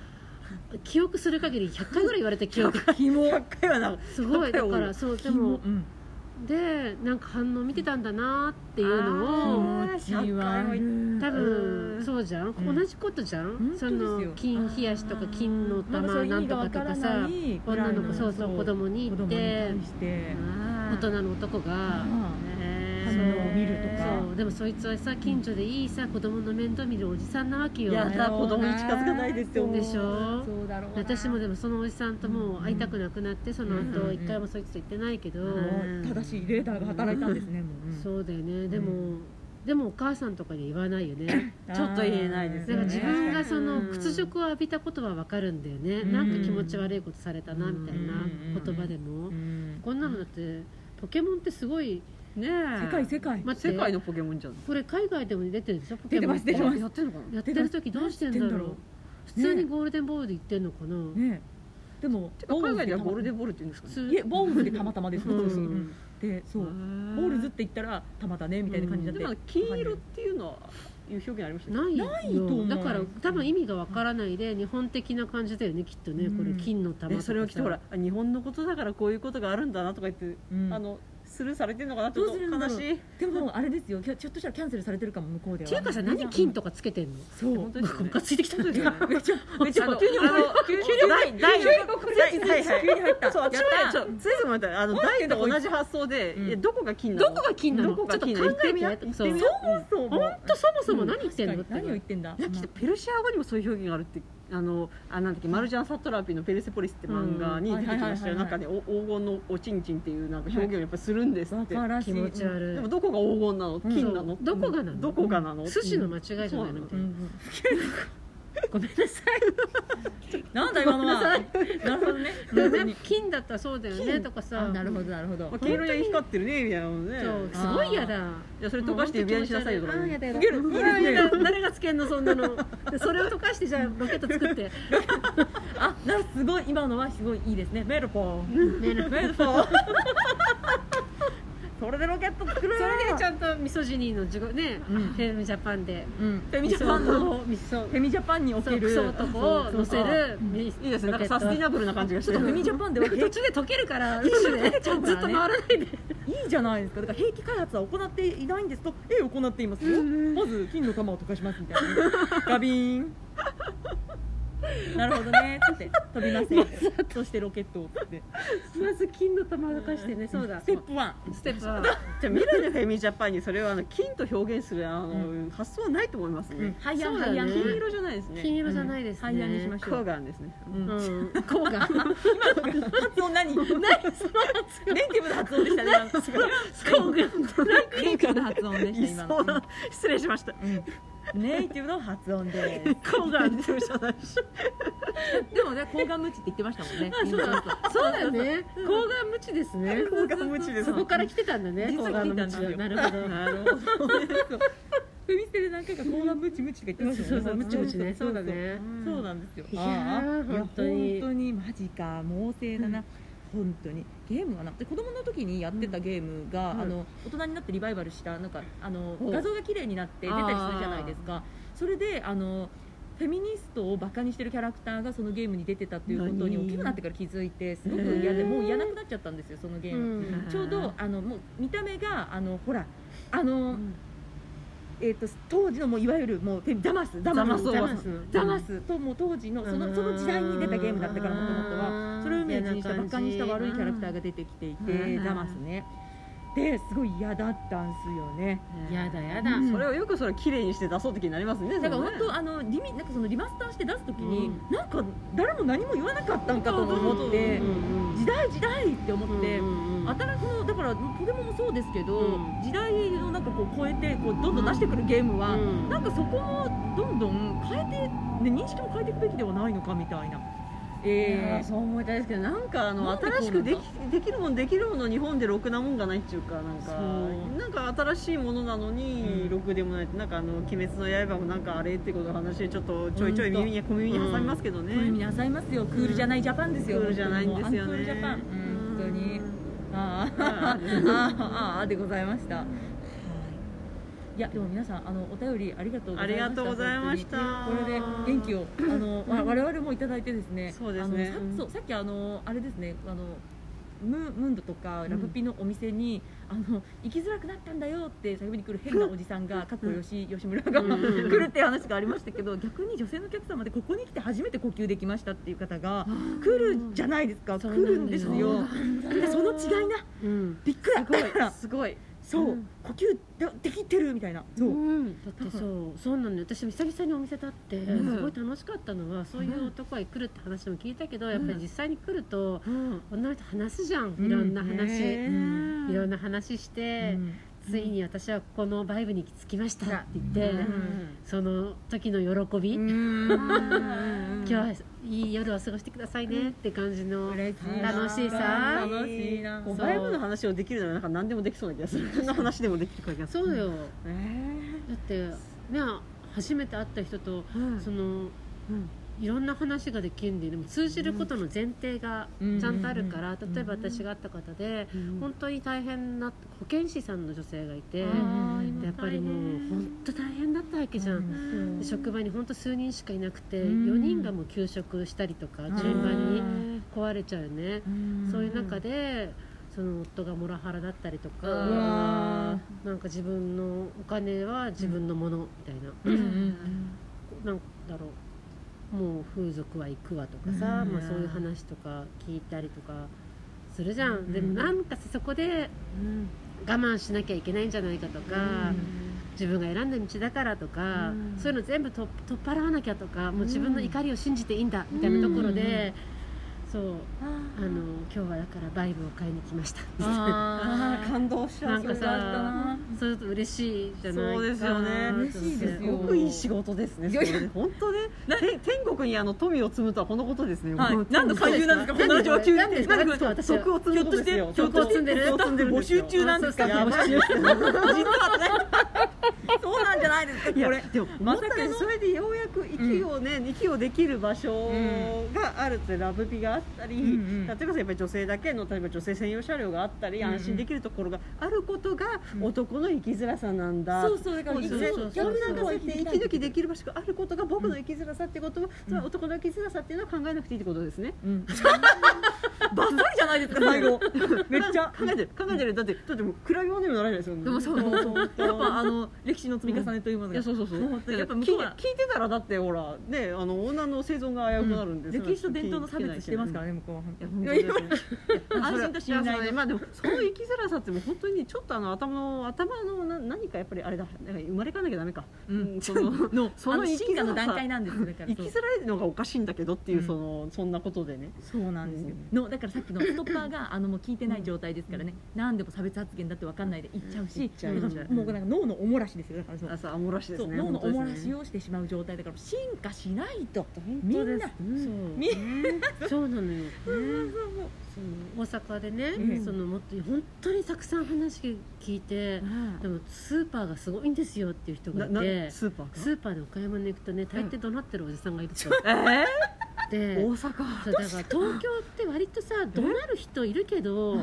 [SPEAKER 3] 記憶する限り100回ぐらい言われて記憶
[SPEAKER 4] 100回はなんか
[SPEAKER 3] すごいだからそうでも
[SPEAKER 5] うん
[SPEAKER 3] でなんか反応見てたんだなっていうのを
[SPEAKER 4] あー
[SPEAKER 5] 気持ち悪い
[SPEAKER 4] 100回
[SPEAKER 3] 多
[SPEAKER 4] はう
[SPEAKER 3] 分
[SPEAKER 4] ん
[SPEAKER 3] そうじゃん、
[SPEAKER 5] ん
[SPEAKER 3] 同じことじゃ
[SPEAKER 5] 本当
[SPEAKER 3] ん
[SPEAKER 5] ですよ
[SPEAKER 3] その金冷やしとか金の玉なんとかとかさ女の子そうそう子供に
[SPEAKER 5] 子
[SPEAKER 3] 言っ
[SPEAKER 5] 供に
[SPEAKER 3] て
[SPEAKER 5] 対して
[SPEAKER 3] 大人の男がね
[SPEAKER 5] 反応を見るとか
[SPEAKER 3] そうでもそいつはさ近所でいいさ子供の面倒見るおじさんなわけよ
[SPEAKER 4] やだ子供に近づかないですよ
[SPEAKER 3] でしょ
[SPEAKER 5] そうだろうな
[SPEAKER 3] 私もでもそのおじさんともう会いたくなくなってその
[SPEAKER 5] うんう
[SPEAKER 3] 後
[SPEAKER 5] ん
[SPEAKER 3] 一回もそいつと行ってないけど、
[SPEAKER 5] うん正しいレーダーが働いたんですねもう
[SPEAKER 3] そうだよねでも、でもお母さんとかに言わないよね
[SPEAKER 4] ちょっと言えないです
[SPEAKER 3] だ
[SPEAKER 4] よ
[SPEAKER 3] か
[SPEAKER 4] ね
[SPEAKER 3] ら自分がそ
[SPEAKER 4] うん
[SPEAKER 3] の屈辱を浴びたことはわかるんだよね、
[SPEAKER 5] うん
[SPEAKER 3] なんか気持ち悪いことされたなみたいな
[SPEAKER 5] うん
[SPEAKER 3] 言葉でも、
[SPEAKER 5] うん
[SPEAKER 3] こんなのだってポケモンってすごい
[SPEAKER 4] ね
[SPEAKER 5] 世界世界
[SPEAKER 3] 待って
[SPEAKER 4] 世界のポケモンじゃん
[SPEAKER 3] これ海外でも出てるでしょポ
[SPEAKER 5] 出
[SPEAKER 3] ケ
[SPEAKER 5] て
[SPEAKER 3] モ
[SPEAKER 5] ま
[SPEAKER 3] ン
[SPEAKER 5] す出てます
[SPEAKER 4] やってんのかな
[SPEAKER 3] やってる時どうしてんだろう
[SPEAKER 5] 何やってんだろう
[SPEAKER 3] 普通にゴールデンボールで行ってんのかな、
[SPEAKER 5] ね
[SPEAKER 2] でも
[SPEAKER 4] 海外ではボルデボールって言うんですか
[SPEAKER 3] 普
[SPEAKER 4] ね
[SPEAKER 3] 通
[SPEAKER 2] いえボールでたまたまです、
[SPEAKER 3] うん
[SPEAKER 2] そうそうでそうボールズって言ったらたまたねみたいな感じに
[SPEAKER 4] で
[SPEAKER 2] な
[SPEAKER 4] も
[SPEAKER 2] っ
[SPEAKER 4] なん
[SPEAKER 2] て
[SPEAKER 4] か、金色っていうのはいう表現ありましたっけ
[SPEAKER 3] ないよ
[SPEAKER 2] ないと思う
[SPEAKER 3] だから多分意味がわからないで日本的な感じだよねきっとねこれ
[SPEAKER 2] うん
[SPEAKER 3] 金の玉と
[SPEAKER 4] で
[SPEAKER 3] か
[SPEAKER 4] それを聞いてほらあ日本のことだからこういうことがあるんだなとか言って、
[SPEAKER 2] うん
[SPEAKER 4] あのスルーされてんのかなちょっ
[SPEAKER 2] どう
[SPEAKER 4] と
[SPEAKER 2] するんだ
[SPEAKER 4] 悲
[SPEAKER 2] ろう
[SPEAKER 4] しい
[SPEAKER 2] でもあれですよきょちょっとしたらキャンセルされてるかも向こうでは
[SPEAKER 3] っていうかさ何金とかつけてんの
[SPEAKER 2] そう
[SPEAKER 4] 本当ですよね
[SPEAKER 3] ムカついてきたんだけど
[SPEAKER 2] めっちゃめっち
[SPEAKER 4] ちょ
[SPEAKER 2] ゃ
[SPEAKER 4] っと
[SPEAKER 2] 急に思い
[SPEAKER 4] 急に第第急に入ったそう私もねちょっとずいぶん待ったあの大と同じ発想で、
[SPEAKER 2] うん
[SPEAKER 4] いやどこが金なの
[SPEAKER 3] どこが金な
[SPEAKER 4] ど
[SPEAKER 3] のちょ
[SPEAKER 4] こ
[SPEAKER 3] っと
[SPEAKER 4] が
[SPEAKER 3] 考
[SPEAKER 4] 金なの
[SPEAKER 3] えて
[SPEAKER 4] 行
[SPEAKER 3] や
[SPEAKER 4] っ
[SPEAKER 3] ってて
[SPEAKER 4] みよう
[SPEAKER 3] そう
[SPEAKER 2] そう
[SPEAKER 3] ほんとそもそも何言ってんの
[SPEAKER 2] 確
[SPEAKER 3] っ
[SPEAKER 2] かに何を言っててんだ
[SPEAKER 4] だってペルシア語にもそういう表現があるってあのあなんだっけマルジャン・サトラピの「ペルセポリス」って漫画に出てきましたよ
[SPEAKER 2] うん
[SPEAKER 4] なんかねお黄金のおちんちんっていうなんか表現をやっぱするんですっ
[SPEAKER 2] わ
[SPEAKER 4] て、
[SPEAKER 2] からしい
[SPEAKER 3] 気持ち悪
[SPEAKER 4] で
[SPEAKER 3] い
[SPEAKER 4] もどこが黄金なの金なの、
[SPEAKER 3] どこがなの
[SPEAKER 4] どこがなの
[SPEAKER 3] 寿司の間違いじゃないのみた
[SPEAKER 2] う
[SPEAKER 3] い
[SPEAKER 2] んう
[SPEAKER 3] なんごめんなさい
[SPEAKER 2] なんだ今のはなるほどね本当に
[SPEAKER 3] 金だったらそうだよねとか
[SPEAKER 2] あ
[SPEAKER 3] さ
[SPEAKER 2] なるほどなるほど
[SPEAKER 4] まあ、黄色に光ってるねみたいなのね
[SPEAKER 3] そう
[SPEAKER 2] あ
[SPEAKER 3] すごい嫌だ
[SPEAKER 4] じゃあそれ溶かして指輪にしなさいよとか、
[SPEAKER 3] あー
[SPEAKER 4] ね
[SPEAKER 3] や、だやだ
[SPEAKER 2] つける
[SPEAKER 3] うん
[SPEAKER 2] いいですね
[SPEAKER 3] やだ誰がつけんのそんなのでそれを溶かしてじゃあロケット作って
[SPEAKER 2] あなんかすごい今のはすごいいいですねメルポー
[SPEAKER 3] ねな
[SPEAKER 2] メルポー
[SPEAKER 4] それでロケット作る
[SPEAKER 3] それでちゃんとミソジニーの自己ね、
[SPEAKER 2] うん
[SPEAKER 3] フェムジャパンで
[SPEAKER 2] うんフェミジャパンの
[SPEAKER 3] ミソ
[SPEAKER 2] フェミジャパンにおけ
[SPEAKER 3] そうク
[SPEAKER 2] る
[SPEAKER 3] ソ男を乗せるミ
[SPEAKER 4] いいですねなんかサスティナブルな感じがし
[SPEAKER 2] ちょ
[SPEAKER 4] て
[SPEAKER 2] っとフェミジャパンでは
[SPEAKER 3] 途中で溶けるから一瞬でずっと回らないで
[SPEAKER 2] いいじゃないですかだから兵器開発は行っていないんですとええ行っていますよまず金の玉を溶かしますみたいなガビーンなるほどねつって飛びませんそしてロケットをつって
[SPEAKER 3] まず金の玉を溶かしてねそうだ
[SPEAKER 2] ステップワン
[SPEAKER 3] ステップは
[SPEAKER 4] じゃあ未来のフェミジャパンにそれをあの金と表現するあの、発想はないと思いますね、
[SPEAKER 2] ハイア
[SPEAKER 3] そ
[SPEAKER 2] ン
[SPEAKER 3] うだ
[SPEAKER 2] ハ
[SPEAKER 3] ね
[SPEAKER 2] イアン
[SPEAKER 4] 金色じゃないですね
[SPEAKER 3] 金色じゃないですね、
[SPEAKER 2] ハイヤーにしまし
[SPEAKER 4] コ
[SPEAKER 2] ょ
[SPEAKER 4] ー
[SPEAKER 2] う
[SPEAKER 4] ガンですね
[SPEAKER 2] うん
[SPEAKER 3] うん、こうが
[SPEAKER 2] 発音何何その発音ネイティブな発音でしたねなんかすごい ネイティブな発音で
[SPEAKER 4] い
[SPEAKER 2] した今の
[SPEAKER 4] そうな失礼しました
[SPEAKER 2] うんネイティブの発音です
[SPEAKER 4] コーガンって言ってました
[SPEAKER 2] でもね、抗がん無知って言ってましたもんね。そうそう
[SPEAKER 3] そうだよね抗がん無知ですね
[SPEAKER 4] コーガン無知です
[SPEAKER 3] そこから来てたんだね
[SPEAKER 2] 実
[SPEAKER 3] 抗
[SPEAKER 2] は
[SPEAKER 3] が
[SPEAKER 2] 来て
[SPEAKER 3] ん
[SPEAKER 2] た
[SPEAKER 3] 無
[SPEAKER 2] んで
[SPEAKER 3] 知
[SPEAKER 2] すよ
[SPEAKER 3] はなるほど
[SPEAKER 2] なるほど。フミステで何回か抗がん無知無知とか言ってました
[SPEAKER 3] そ
[SPEAKER 2] よ
[SPEAKER 3] うそう
[SPEAKER 2] ね。
[SPEAKER 3] 無知無知ねそうだ
[SPEAKER 2] そう
[SPEAKER 3] ね
[SPEAKER 2] そうなんですよ。
[SPEAKER 3] いやー
[SPEAKER 2] あー
[SPEAKER 3] 本当に
[SPEAKER 2] いや本当にマジか、猛省だな。本当にゲームはなで子供の時にやってたゲームが、
[SPEAKER 3] うん
[SPEAKER 2] あの大人になってリバイバルしたなんかあの
[SPEAKER 3] お
[SPEAKER 2] 画像が綺麗になって出たりするじゃないですかそれであのフェミニストをバカにしてるキャラクターがそのゲームに出てたっていうことに
[SPEAKER 4] 何
[SPEAKER 2] 大きくなってから気づいてすごく嫌でもうやらなくなっちゃったんですよそのゲー
[SPEAKER 3] う
[SPEAKER 2] ム、
[SPEAKER 3] ん
[SPEAKER 2] ちょうどあのもう見た目があのほらあの、えー、と当時のもういわゆるもうダマスダマス
[SPEAKER 3] ダ
[SPEAKER 2] ダ
[SPEAKER 3] マ
[SPEAKER 2] マ
[SPEAKER 3] ス
[SPEAKER 2] スダマスともう当時のそのその時代に出たゲームだったからもともと
[SPEAKER 3] う
[SPEAKER 2] は
[SPEAKER 3] ん
[SPEAKER 2] それをイメージにした
[SPEAKER 3] 嫌な
[SPEAKER 2] バ
[SPEAKER 3] 感じ
[SPEAKER 2] カにした悪いキャラクターが出てきていて
[SPEAKER 3] うん
[SPEAKER 2] ダマスねですごい嫌だったんすよね
[SPEAKER 3] やだやだ、
[SPEAKER 2] うん
[SPEAKER 4] それをよくそれ綺麗にして出そうと気になりますね
[SPEAKER 2] だから
[SPEAKER 4] その
[SPEAKER 2] 本
[SPEAKER 4] ね
[SPEAKER 2] 当あのリミなんかそのリマスターして出す時
[SPEAKER 3] う
[SPEAKER 2] に
[SPEAKER 3] ん
[SPEAKER 2] なんか誰も何も言わなかったんかとも思っ
[SPEAKER 3] う
[SPEAKER 2] て
[SPEAKER 3] んうん
[SPEAKER 2] 時代時代って思って
[SPEAKER 3] うんうん
[SPEAKER 2] 新しいのだからポケモンもそうですけど、
[SPEAKER 3] うん
[SPEAKER 2] 時代をなんかこう超えてこうどんどん出してくるゲームは、
[SPEAKER 3] うん
[SPEAKER 2] なんかそこをどんどん変えて、ね、認識も変えていくべきではないのかみたいな。え
[SPEAKER 4] えーそう思いたいですけどなんかあの
[SPEAKER 2] なんでこうな
[SPEAKER 4] 新
[SPEAKER 2] んだ
[SPEAKER 4] しくできできるもんできるもの日本でろくなもんがないっていうかなんか
[SPEAKER 2] そう
[SPEAKER 4] なんか新しいものなの
[SPEAKER 2] う
[SPEAKER 4] に
[SPEAKER 2] ん
[SPEAKER 4] ろくでもないってなんかあの「鬼滅の刃」もなんかあれってことの話ちょっとちょいちょい耳に小耳に挟みますけどね、
[SPEAKER 2] ー、こういう意味なさいますよクールじゃないジャパンですよ、
[SPEAKER 4] クールじゃないんです
[SPEAKER 2] もうア
[SPEAKER 4] よね
[SPEAKER 2] ンクールジャパン、うん、本当にあー
[SPEAKER 4] あ
[SPEAKER 2] あーあーでございましたはいいやでも皆さんあのお便りありがとうございました
[SPEAKER 4] ありがとうございました
[SPEAKER 2] 本当にこれで元気をあのわ我々もいただいてですね
[SPEAKER 4] そうですね
[SPEAKER 2] あ
[SPEAKER 4] う
[SPEAKER 2] の
[SPEAKER 4] ん
[SPEAKER 2] さそうさっきあのあれですねあのムムンドとかラブピのお店に、あの行きづらくなったんだよって叫びに来る変なおじさんがかっこよし吉村が
[SPEAKER 3] うん
[SPEAKER 2] 来るっていう話がありましたけど逆に女性のお客様でここに来て初めて呼吸できましたっていう方が来るじゃないですか来
[SPEAKER 3] うなんだよ
[SPEAKER 2] るんですよでその違いな
[SPEAKER 3] うん
[SPEAKER 2] びっくりだから
[SPEAKER 4] すごい
[SPEAKER 2] そう、
[SPEAKER 3] うん
[SPEAKER 2] 呼吸でできてるみたいなそうう、
[SPEAKER 3] ん、だってそうそうなのよ私も久々にお店立って、
[SPEAKER 2] うん
[SPEAKER 3] すごい楽しかったのはそういう男が来るって話も聞いたけど、やっぱり実際に来ると女の人話すじゃんいろんな話、
[SPEAKER 2] ね
[SPEAKER 4] うん
[SPEAKER 3] いろんな話して、ついに私はこのバイブに行き着きましたって言って、
[SPEAKER 2] ん
[SPEAKER 3] その時の喜び、
[SPEAKER 2] 今
[SPEAKER 3] 今日はいい夜を過ごしてくださいねって感じの、楽しいさ
[SPEAKER 2] 楽しいな
[SPEAKER 4] こう
[SPEAKER 3] そう
[SPEAKER 4] バイブの話をできるならなんか何でもできそうな気がする何の話でもできる気がする
[SPEAKER 3] そうよ、
[SPEAKER 4] えー
[SPEAKER 3] だってね初めて会った人とその、いろんな話ができるんででも通じることの前提がちゃんとあるから、例えば私があった方で、本当に大変な保健師さんの女性がいて、でやっぱりもう本当大変だったわけじゃん、で職場に本当数人しかいなくて、
[SPEAKER 5] ん
[SPEAKER 3] 4人がもう休職したりとか順番に壊れちゃうよね、そういう中でその夫がモラハラだったりとか、
[SPEAKER 5] わ
[SPEAKER 3] なんか自分のお金は自分のものみたいな、なんだろうもう風俗は行くわとかさ、
[SPEAKER 5] うん
[SPEAKER 3] まあ、そういう話とか聞いたりとかするじゃん、
[SPEAKER 5] ん
[SPEAKER 3] でもなんかさそこで我慢しなきゃいけないんじゃないかとか、自分が選んだ道だからとか、
[SPEAKER 5] うん
[SPEAKER 3] そういうの全部と取っ払わなきゃとかもう自分の怒りを信じていいんだみたいなところで、そうあの今日はだからバイブを買いに来ました
[SPEAKER 5] あ
[SPEAKER 4] あー感動しちゃ
[SPEAKER 3] な
[SPEAKER 4] うん
[SPEAKER 3] か
[SPEAKER 4] それは
[SPEAKER 3] さそういうと嬉しいじゃない
[SPEAKER 4] そうですよね
[SPEAKER 5] 嬉しいですす
[SPEAKER 3] よ
[SPEAKER 5] よ
[SPEAKER 4] ごくいい仕事ですね。それね本当ね。て天国にあの富を積むとはこのことですね。
[SPEAKER 5] はい
[SPEAKER 4] 本当
[SPEAKER 5] なんで勧誘なんですかこのラジオは急に
[SPEAKER 3] なんでなんで
[SPEAKER 5] なん
[SPEAKER 3] 私は
[SPEAKER 4] 徳を積むことですよ。
[SPEAKER 5] ひょっ
[SPEAKER 4] 徳
[SPEAKER 5] として
[SPEAKER 4] を積んでる
[SPEAKER 5] ひょっとして募集中なんですか
[SPEAKER 4] そうそうそう
[SPEAKER 5] 実はねそうなんじゃないですかこ
[SPEAKER 4] いや
[SPEAKER 5] れ
[SPEAKER 4] でもま
[SPEAKER 5] ま
[SPEAKER 4] さ
[SPEAKER 5] さかの
[SPEAKER 4] かそれでようやく息をね、息をできる場所があるってラブピがあったり、
[SPEAKER 5] うんうん
[SPEAKER 4] 例えばやっぱり女性だけの例えば女性専用車両があったり、
[SPEAKER 5] うんうん
[SPEAKER 4] 安心できるところがあることが
[SPEAKER 5] うん
[SPEAKER 4] 男の生きづらさなんだ、
[SPEAKER 5] そうそうだから
[SPEAKER 4] もう
[SPEAKER 5] そ
[SPEAKER 4] 逆
[SPEAKER 5] うそうそう
[SPEAKER 4] なんかそうやって息抜きできる場所があることが僕の生きづらさってことは、つまり男の生きづらさっていうのは考えなくていいってことですね。
[SPEAKER 5] うんバッサリじゃないですか最後めっ ちゃ
[SPEAKER 4] 考えてる考えてるだってだってもう比べ物にもならないですよね。
[SPEAKER 5] でもそう
[SPEAKER 4] もう
[SPEAKER 5] やっぱあの歴史の積み重ねというもの
[SPEAKER 4] い
[SPEAKER 5] が
[SPEAKER 4] やそうそうそう。
[SPEAKER 5] もうやっぱ向
[SPEAKER 4] 聞
[SPEAKER 5] こ
[SPEAKER 4] いうて
[SPEAKER 5] は
[SPEAKER 4] 聞いてたらだってほらねあの女の生存が危うくなるんです、。
[SPEAKER 5] 歴史と伝統の差別してますかららね向こうは
[SPEAKER 4] 本当です
[SPEAKER 5] いや
[SPEAKER 4] ね
[SPEAKER 5] 安心と信
[SPEAKER 4] いやそ
[SPEAKER 5] 頼
[SPEAKER 4] う
[SPEAKER 5] の
[SPEAKER 4] ねまあでもその生きづらさってもう本当にちょっとあの頭の頭のな何かやっぱりあれだなんか生まれ変わらなきゃダメか。
[SPEAKER 5] うん
[SPEAKER 4] そ の
[SPEAKER 5] の
[SPEAKER 4] そ
[SPEAKER 5] あ
[SPEAKER 4] の
[SPEAKER 5] の
[SPEAKER 4] 生き
[SPEAKER 5] 進
[SPEAKER 4] づ
[SPEAKER 5] 化の
[SPEAKER 4] ら
[SPEAKER 5] 段
[SPEAKER 4] さ
[SPEAKER 5] 階なんですだから
[SPEAKER 4] 生きづらいのがおかしいんだけどっていう
[SPEAKER 5] うん
[SPEAKER 4] その、そんなことでね。
[SPEAKER 5] そうなんですよ、のだからさっきのストッパーがあのもう聞いてない状態ですからね、何でも差別発言だって分かんないで言っちゃう
[SPEAKER 4] 言
[SPEAKER 5] し
[SPEAKER 4] っ、ちゃう
[SPEAKER 5] だからもうなんか脳のおもらしですよだからそう,、
[SPEAKER 4] 朝アモラシで
[SPEAKER 5] そ
[SPEAKER 4] す
[SPEAKER 5] う
[SPEAKER 4] ね。
[SPEAKER 5] 脳のおも
[SPEAKER 4] 本当
[SPEAKER 5] ら
[SPEAKER 4] です
[SPEAKER 5] し
[SPEAKER 4] ね。
[SPEAKER 5] をしてしまう状態だから進化しないとみ
[SPEAKER 3] 本当
[SPEAKER 5] ん
[SPEAKER 3] です
[SPEAKER 5] な
[SPEAKER 3] うん
[SPEAKER 5] み
[SPEAKER 3] そうそうなのよその大阪でね、
[SPEAKER 5] うん
[SPEAKER 3] そのもっと本当にたくさん話聞いて、でもスーパーがすごいんですよっていう人がい
[SPEAKER 4] な
[SPEAKER 3] て
[SPEAKER 4] なスーパーか。
[SPEAKER 3] スーパーでお買い物に行くとね大抵怒鳴ってるおじさんがいると、
[SPEAKER 4] えー、
[SPEAKER 3] で
[SPEAKER 4] 大阪。
[SPEAKER 3] そうだから東京って割とさ怒鳴る人いるけど、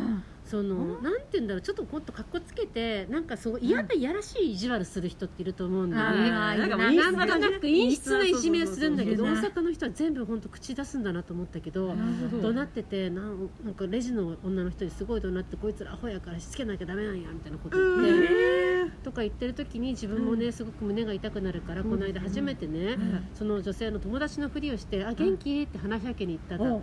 [SPEAKER 3] そのなんて言うんだろうちょっともっとかっこつけてなんかそう嫌ないやらしい意地悪する人っていると思うんだよね、
[SPEAKER 5] あ
[SPEAKER 3] な
[SPEAKER 5] ー
[SPEAKER 3] んか
[SPEAKER 4] いいな
[SPEAKER 3] なんとなく陰湿ないじめをするんだけど
[SPEAKER 5] そう
[SPEAKER 3] 大
[SPEAKER 5] そうそう
[SPEAKER 3] 阪の人は全部本当口出すんだなと思ったけど。
[SPEAKER 5] ほ
[SPEAKER 3] 怒鳴っててなんなんかレジの女の人にすごい怒鳴ってこいつらアホやからしつけなきゃダメなんやみたいなこと言って、とか言ってる時に自分もねすごく胸が痛くなるから、この間初めてね、その女性の友達のふりをして「あ元気?」って話しかけに行ったら、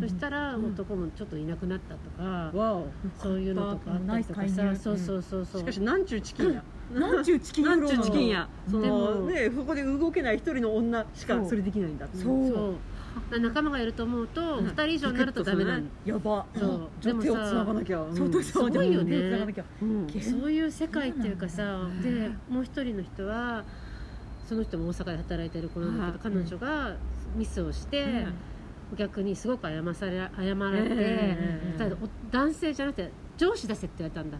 [SPEAKER 3] そしたら男もちょっといなくなったとか、
[SPEAKER 4] わお。
[SPEAKER 3] そういうのとかあったりとか
[SPEAKER 5] ナ
[SPEAKER 3] さ
[SPEAKER 5] イス
[SPEAKER 3] そう
[SPEAKER 5] 介入
[SPEAKER 3] そうそうそう
[SPEAKER 4] しかしなんちゅうチキンや。
[SPEAKER 5] なんちゅうチキン
[SPEAKER 4] な
[SPEAKER 5] フ
[SPEAKER 4] ん
[SPEAKER 5] ロ
[SPEAKER 4] ちゅう
[SPEAKER 5] ーの
[SPEAKER 4] チキンやそ
[SPEAKER 3] で
[SPEAKER 4] の
[SPEAKER 3] も
[SPEAKER 4] ねそこで動けない一人の女しか
[SPEAKER 5] そう
[SPEAKER 4] それできないんだ
[SPEAKER 5] そう
[SPEAKER 3] そうだ仲間がいると思うと2人以上になるとダメなんだ
[SPEAKER 5] やば
[SPEAKER 3] そう
[SPEAKER 4] じ
[SPEAKER 3] で
[SPEAKER 4] ゃあ
[SPEAKER 3] も
[SPEAKER 4] 手をつなが
[SPEAKER 3] さ
[SPEAKER 4] なきゃうん
[SPEAKER 5] そうそうそう
[SPEAKER 3] すごいよね
[SPEAKER 5] 手繋がなきゃ
[SPEAKER 4] うん
[SPEAKER 3] そういう世界っていうかさでもう一人の人はその人も大阪で働いてる子なんだけど彼女がミスをして逆にすごく謝され謝られてただお男性じゃなくて上司出せって言われたんだ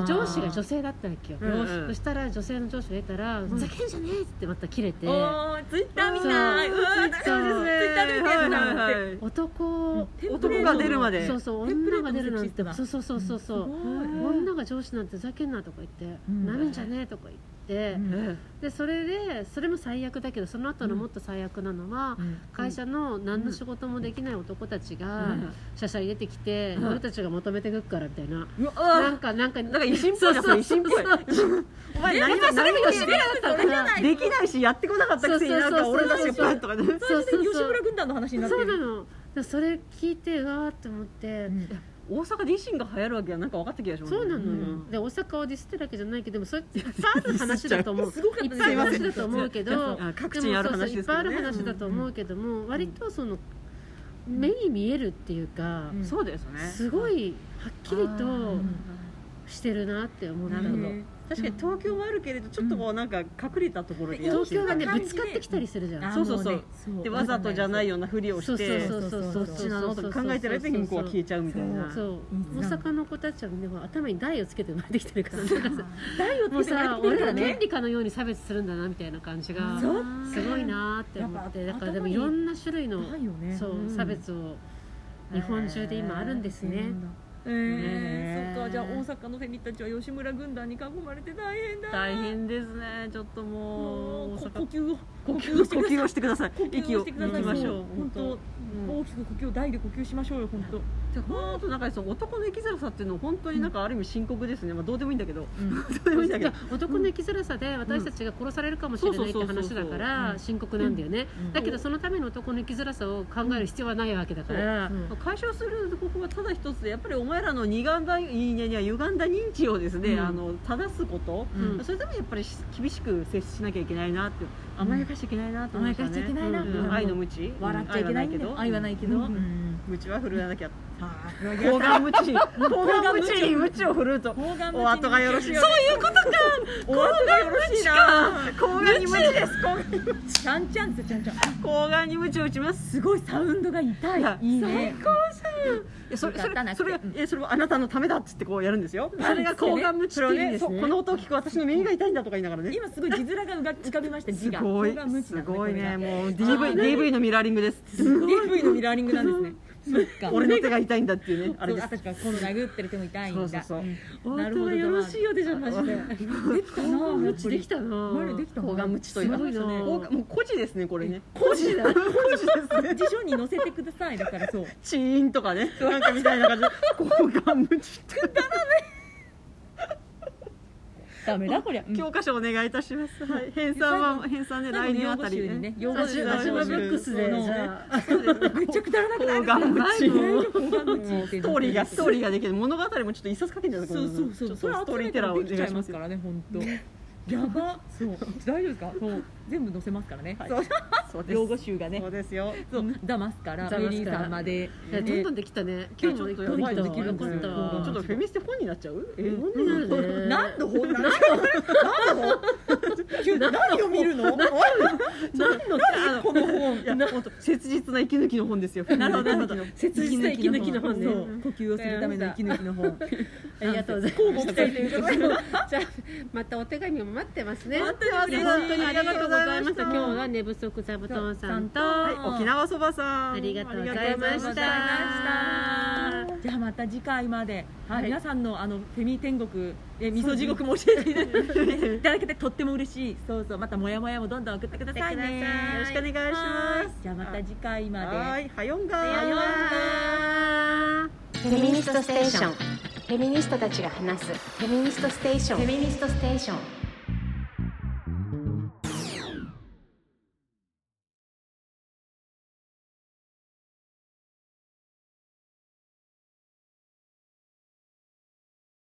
[SPEAKER 3] で上司が女性だったわけよ
[SPEAKER 4] うんうん
[SPEAKER 3] そしたら女性の上司が出たら「ふざけんじゃねえ!」ってまた切れて
[SPEAKER 5] おーツイッター見たい
[SPEAKER 3] そう
[SPEAKER 5] うわーツイ
[SPEAKER 3] そうですね
[SPEAKER 5] ッターで見てる
[SPEAKER 4] はい
[SPEAKER 5] な
[SPEAKER 4] は
[SPEAKER 5] っ
[SPEAKER 4] い
[SPEAKER 5] て
[SPEAKER 4] はい
[SPEAKER 3] 男
[SPEAKER 4] 男が出るまで
[SPEAKER 3] そうそう
[SPEAKER 5] テンプレ
[SPEAKER 3] 女が
[SPEAKER 5] ートの
[SPEAKER 3] 出るなん
[SPEAKER 5] セクシスト
[SPEAKER 3] て
[SPEAKER 5] だ
[SPEAKER 3] そうそうそうそうそう女が上司なんてふざけんなとか言って、
[SPEAKER 5] うん
[SPEAKER 3] なめんじゃねえとか言って、
[SPEAKER 4] え
[SPEAKER 3] でそれでそれも最悪だけどその後のもっと最悪なのは、会社の何の仕事もできない男たちが、シャシャ入れてきて、俺たちがまとめてくっからみたいな、
[SPEAKER 4] えうわ
[SPEAKER 3] な
[SPEAKER 4] あ
[SPEAKER 3] んかなんか
[SPEAKER 4] なんか維新っぽいな
[SPEAKER 3] そうそう
[SPEAKER 4] 維新っぽいお前何も何もして
[SPEAKER 5] それじゃない
[SPEAKER 4] できないしやってこなかったくせに
[SPEAKER 3] そうそ
[SPEAKER 4] な
[SPEAKER 3] うんそう
[SPEAKER 4] か
[SPEAKER 3] そう
[SPEAKER 4] 俺たちがパンとかね
[SPEAKER 3] そうそうそう
[SPEAKER 5] 吉村軍団の話になって
[SPEAKER 3] そう
[SPEAKER 5] る
[SPEAKER 3] なのでそれ聞いてうわーって思って、
[SPEAKER 5] ん
[SPEAKER 4] 大阪で維新が流行るわけはなんか分かった気がします
[SPEAKER 3] そうなのよ、
[SPEAKER 4] ん
[SPEAKER 3] で大阪をディスってるわけじゃないけどでもそれっていっぱいある話だと思ういっぱいある話だと思うけど
[SPEAKER 4] あ各地にある話ですけど
[SPEAKER 3] もそうそういっぱいある
[SPEAKER 4] ね
[SPEAKER 3] 話だと思うけども、割とその目に見えるっていうか、
[SPEAKER 5] うん
[SPEAKER 4] そうですね
[SPEAKER 3] すごいはっきりと
[SPEAKER 5] うん
[SPEAKER 3] してるなって思っ
[SPEAKER 4] な
[SPEAKER 3] た
[SPEAKER 4] るほど
[SPEAKER 3] の
[SPEAKER 4] 確かに東京もあるけれどちょっとこうなんか隠れたところでやってる
[SPEAKER 3] 東京がねぶつかってきたりするじゃん
[SPEAKER 4] そうそうそうでわざとじゃないようなふりを
[SPEAKER 3] そ
[SPEAKER 4] し
[SPEAKER 3] うそう
[SPEAKER 4] て
[SPEAKER 3] そうそう
[SPEAKER 4] どっちなのとか考えてる間に向こうは消え
[SPEAKER 3] ち
[SPEAKER 4] ちゃうみたいな
[SPEAKER 3] そう
[SPEAKER 2] うん
[SPEAKER 3] 大阪の子たちはみんな頭に台をつけて生まれてきてるから
[SPEAKER 2] 台を
[SPEAKER 3] もう
[SPEAKER 2] つけて
[SPEAKER 3] さ
[SPEAKER 2] くれてる
[SPEAKER 3] 俺
[SPEAKER 2] から
[SPEAKER 3] ら天
[SPEAKER 2] ね
[SPEAKER 3] 理かのように差別するんだなみたいな感じが
[SPEAKER 2] そう
[SPEAKER 3] すごいなーって思って
[SPEAKER 2] やっぱ
[SPEAKER 3] だからでもいろんな種類の
[SPEAKER 2] ないよね
[SPEAKER 3] そううん差別を日本中で今あるんですね
[SPEAKER 2] え
[SPEAKER 4] ね
[SPEAKER 2] ー、
[SPEAKER 4] え
[SPEAKER 2] そっかじゃあ大阪のフェミたちは吉村軍団に囲まれて大変だ
[SPEAKER 4] 大変ですねちょっともう
[SPEAKER 2] もう
[SPEAKER 4] 大
[SPEAKER 2] こ
[SPEAKER 4] 阪
[SPEAKER 2] 呼吸を
[SPEAKER 4] 呼吸を呼吸をしてください
[SPEAKER 2] 呼吸
[SPEAKER 4] 息
[SPEAKER 2] を
[SPEAKER 4] を
[SPEAKER 2] してください
[SPEAKER 4] 抜きましょ
[SPEAKER 2] そうう本当
[SPEAKER 4] うん
[SPEAKER 2] 大きく呼吸を大で呼吸しましょうよ本当
[SPEAKER 4] じゃあ本当なんかその男の生きづらさっていうのは本当になんかある意味深刻ですねまあどうでもいいんだけど どうでもいいんだけど
[SPEAKER 3] 男の生きづらさで私たちが殺されるかもしれないって話だから深刻なんだよねだけどそのための男の生きづらさを考える必要はないわけだから
[SPEAKER 4] 解消する方法はただ一つでやっぱりお前らの二眼だいいねには歪んだ認知をですね、
[SPEAKER 3] うん
[SPEAKER 4] あの正すこと、
[SPEAKER 3] うん
[SPEAKER 4] それでもやっぱりし厳しく接しなきゃいけないなって甘やかしちゃいけないなって思いましたね、
[SPEAKER 2] 甘やかしちゃいけないな
[SPEAKER 4] うん愛の無知
[SPEAKER 2] 笑っちゃいけないけ
[SPEAKER 4] 愛は
[SPEAKER 2] ど
[SPEAKER 4] ない
[SPEAKER 2] 愛はないけど、
[SPEAKER 4] うん無知は振るわなきゃ
[SPEAKER 2] あ
[SPEAKER 4] 抗がん無 知抗がん無知に無知を振るうと
[SPEAKER 2] ー
[SPEAKER 4] お後がよろしいよ
[SPEAKER 2] そういう
[SPEAKER 4] お後がよろしいな抗がんに無知です
[SPEAKER 2] ちゃんちゃんですよちゃんちゃん
[SPEAKER 4] 抗がんに無知を打ちます
[SPEAKER 2] すごいサウンドが痛い
[SPEAKER 4] いや
[SPEAKER 2] いいね
[SPEAKER 4] いやそ
[SPEAKER 2] よ
[SPEAKER 4] れそ
[SPEAKER 2] かった
[SPEAKER 4] れ
[SPEAKER 2] な
[SPEAKER 4] それ
[SPEAKER 2] うん
[SPEAKER 4] えそれはあなたのためだっつってこうやるんですよそれが抗がん無知っていうんですね
[SPEAKER 2] そう
[SPEAKER 4] この音を聞く私の耳が痛いんだとか言いながらね
[SPEAKER 2] 今すごい字面がうが浮かびました字
[SPEAKER 4] す
[SPEAKER 2] が
[SPEAKER 4] ごい
[SPEAKER 2] ここが無知な
[SPEAKER 4] す
[SPEAKER 2] んだ
[SPEAKER 4] ごいね
[SPEAKER 2] こ
[SPEAKER 4] もう DV DV のミラーリン グです
[SPEAKER 2] れが DV のミラーリングなんですねそっか
[SPEAKER 4] 俺の手が痛いんだっていうねあ
[SPEAKER 2] あ
[SPEAKER 4] れ
[SPEAKER 2] れ
[SPEAKER 4] で
[SPEAKER 2] ですす確かにこの殴ってる手も痛いんだ
[SPEAKER 4] そうそうそう
[SPEAKER 2] うんなるほどよろしいよでじゃマジでできたな
[SPEAKER 3] 無知で
[SPEAKER 2] で
[SPEAKER 3] き
[SPEAKER 2] き
[SPEAKER 3] たな
[SPEAKER 2] できた
[SPEAKER 4] 抗がん無知というか
[SPEAKER 3] すごいな
[SPEAKER 4] 抗がんもう孤児です ねこれね
[SPEAKER 2] 個人だ
[SPEAKER 4] 孤児ですね
[SPEAKER 2] 辞書に載せてくださいだからそう
[SPEAKER 4] チーンとかねなんかみたいな感じで抗がん無知って
[SPEAKER 2] ダメだこりゃ
[SPEAKER 4] 教科書お願いいたし ますはい編纂は編纂ね来年あたりね
[SPEAKER 2] 用語
[SPEAKER 3] 私
[SPEAKER 2] 集
[SPEAKER 4] あ
[SPEAKER 3] 私
[SPEAKER 4] 用語
[SPEAKER 3] は
[SPEAKER 4] 集
[SPEAKER 3] ブックスでじゃあ
[SPEAKER 2] めっちゃくだらなくない
[SPEAKER 4] 抗がん無知
[SPEAKER 2] 抗がん無知って
[SPEAKER 4] ストーリーがストーリーができる物語もちょっと一冊書けんじゃない
[SPEAKER 2] そうそう
[SPEAKER 4] ち
[SPEAKER 2] そ
[SPEAKER 4] ょ
[SPEAKER 2] う
[SPEAKER 4] っとストーリーテラーをお
[SPEAKER 2] できちゃ
[SPEAKER 4] 願い
[SPEAKER 2] い
[SPEAKER 4] し
[SPEAKER 2] ま
[SPEAKER 4] ますす
[SPEAKER 2] からね本当やばそう大丈夫ですかそう全部載せますからね
[SPEAKER 4] そうそうです
[SPEAKER 2] 用語集がね
[SPEAKER 4] そうですよ
[SPEAKER 2] そうダマスからメリーさんまで
[SPEAKER 3] いやどんどんできたね今日もいっぱいできたわよかったわ
[SPEAKER 4] ちょっとフェミステ本になっちゃうえ
[SPEAKER 3] 本になるね
[SPEAKER 2] 何の本何の本何を見るの
[SPEAKER 4] 何のこの本いや本当切実な息抜きの本ですよなるほどなるほど
[SPEAKER 2] 切実な息抜きの本ね
[SPEAKER 4] そう
[SPEAKER 2] 呼吸をするための息抜きの 本
[SPEAKER 3] ありがとうございます。
[SPEAKER 2] 交互期待ということ で
[SPEAKER 3] じゃあまたお手紙も待ってますね。
[SPEAKER 4] 待ってます
[SPEAKER 3] ね本当にありがとうございまし
[SPEAKER 4] あ
[SPEAKER 3] た。今
[SPEAKER 4] り
[SPEAKER 3] 日
[SPEAKER 4] がとうござ
[SPEAKER 3] は寝不足座布団さんと
[SPEAKER 4] はい沖縄そばさん
[SPEAKER 3] ありがとうございま
[SPEAKER 4] ありがとう
[SPEAKER 3] し
[SPEAKER 4] ご
[SPEAKER 3] た
[SPEAKER 4] ざい
[SPEAKER 2] じゃあまた次回まで、はい皆さんのあのフェミ天国え味噌地獄も教えていただけて とっても嬉しいそうそうまたモヤモヤもどんどん送ってくださいね
[SPEAKER 4] よろしくお願いします
[SPEAKER 2] じゃあまた次回まで
[SPEAKER 4] はいはよんが
[SPEAKER 2] はよんが
[SPEAKER 1] フェミニストステーションフェミニストたちが話すフェミニストステーションフェミニストステーション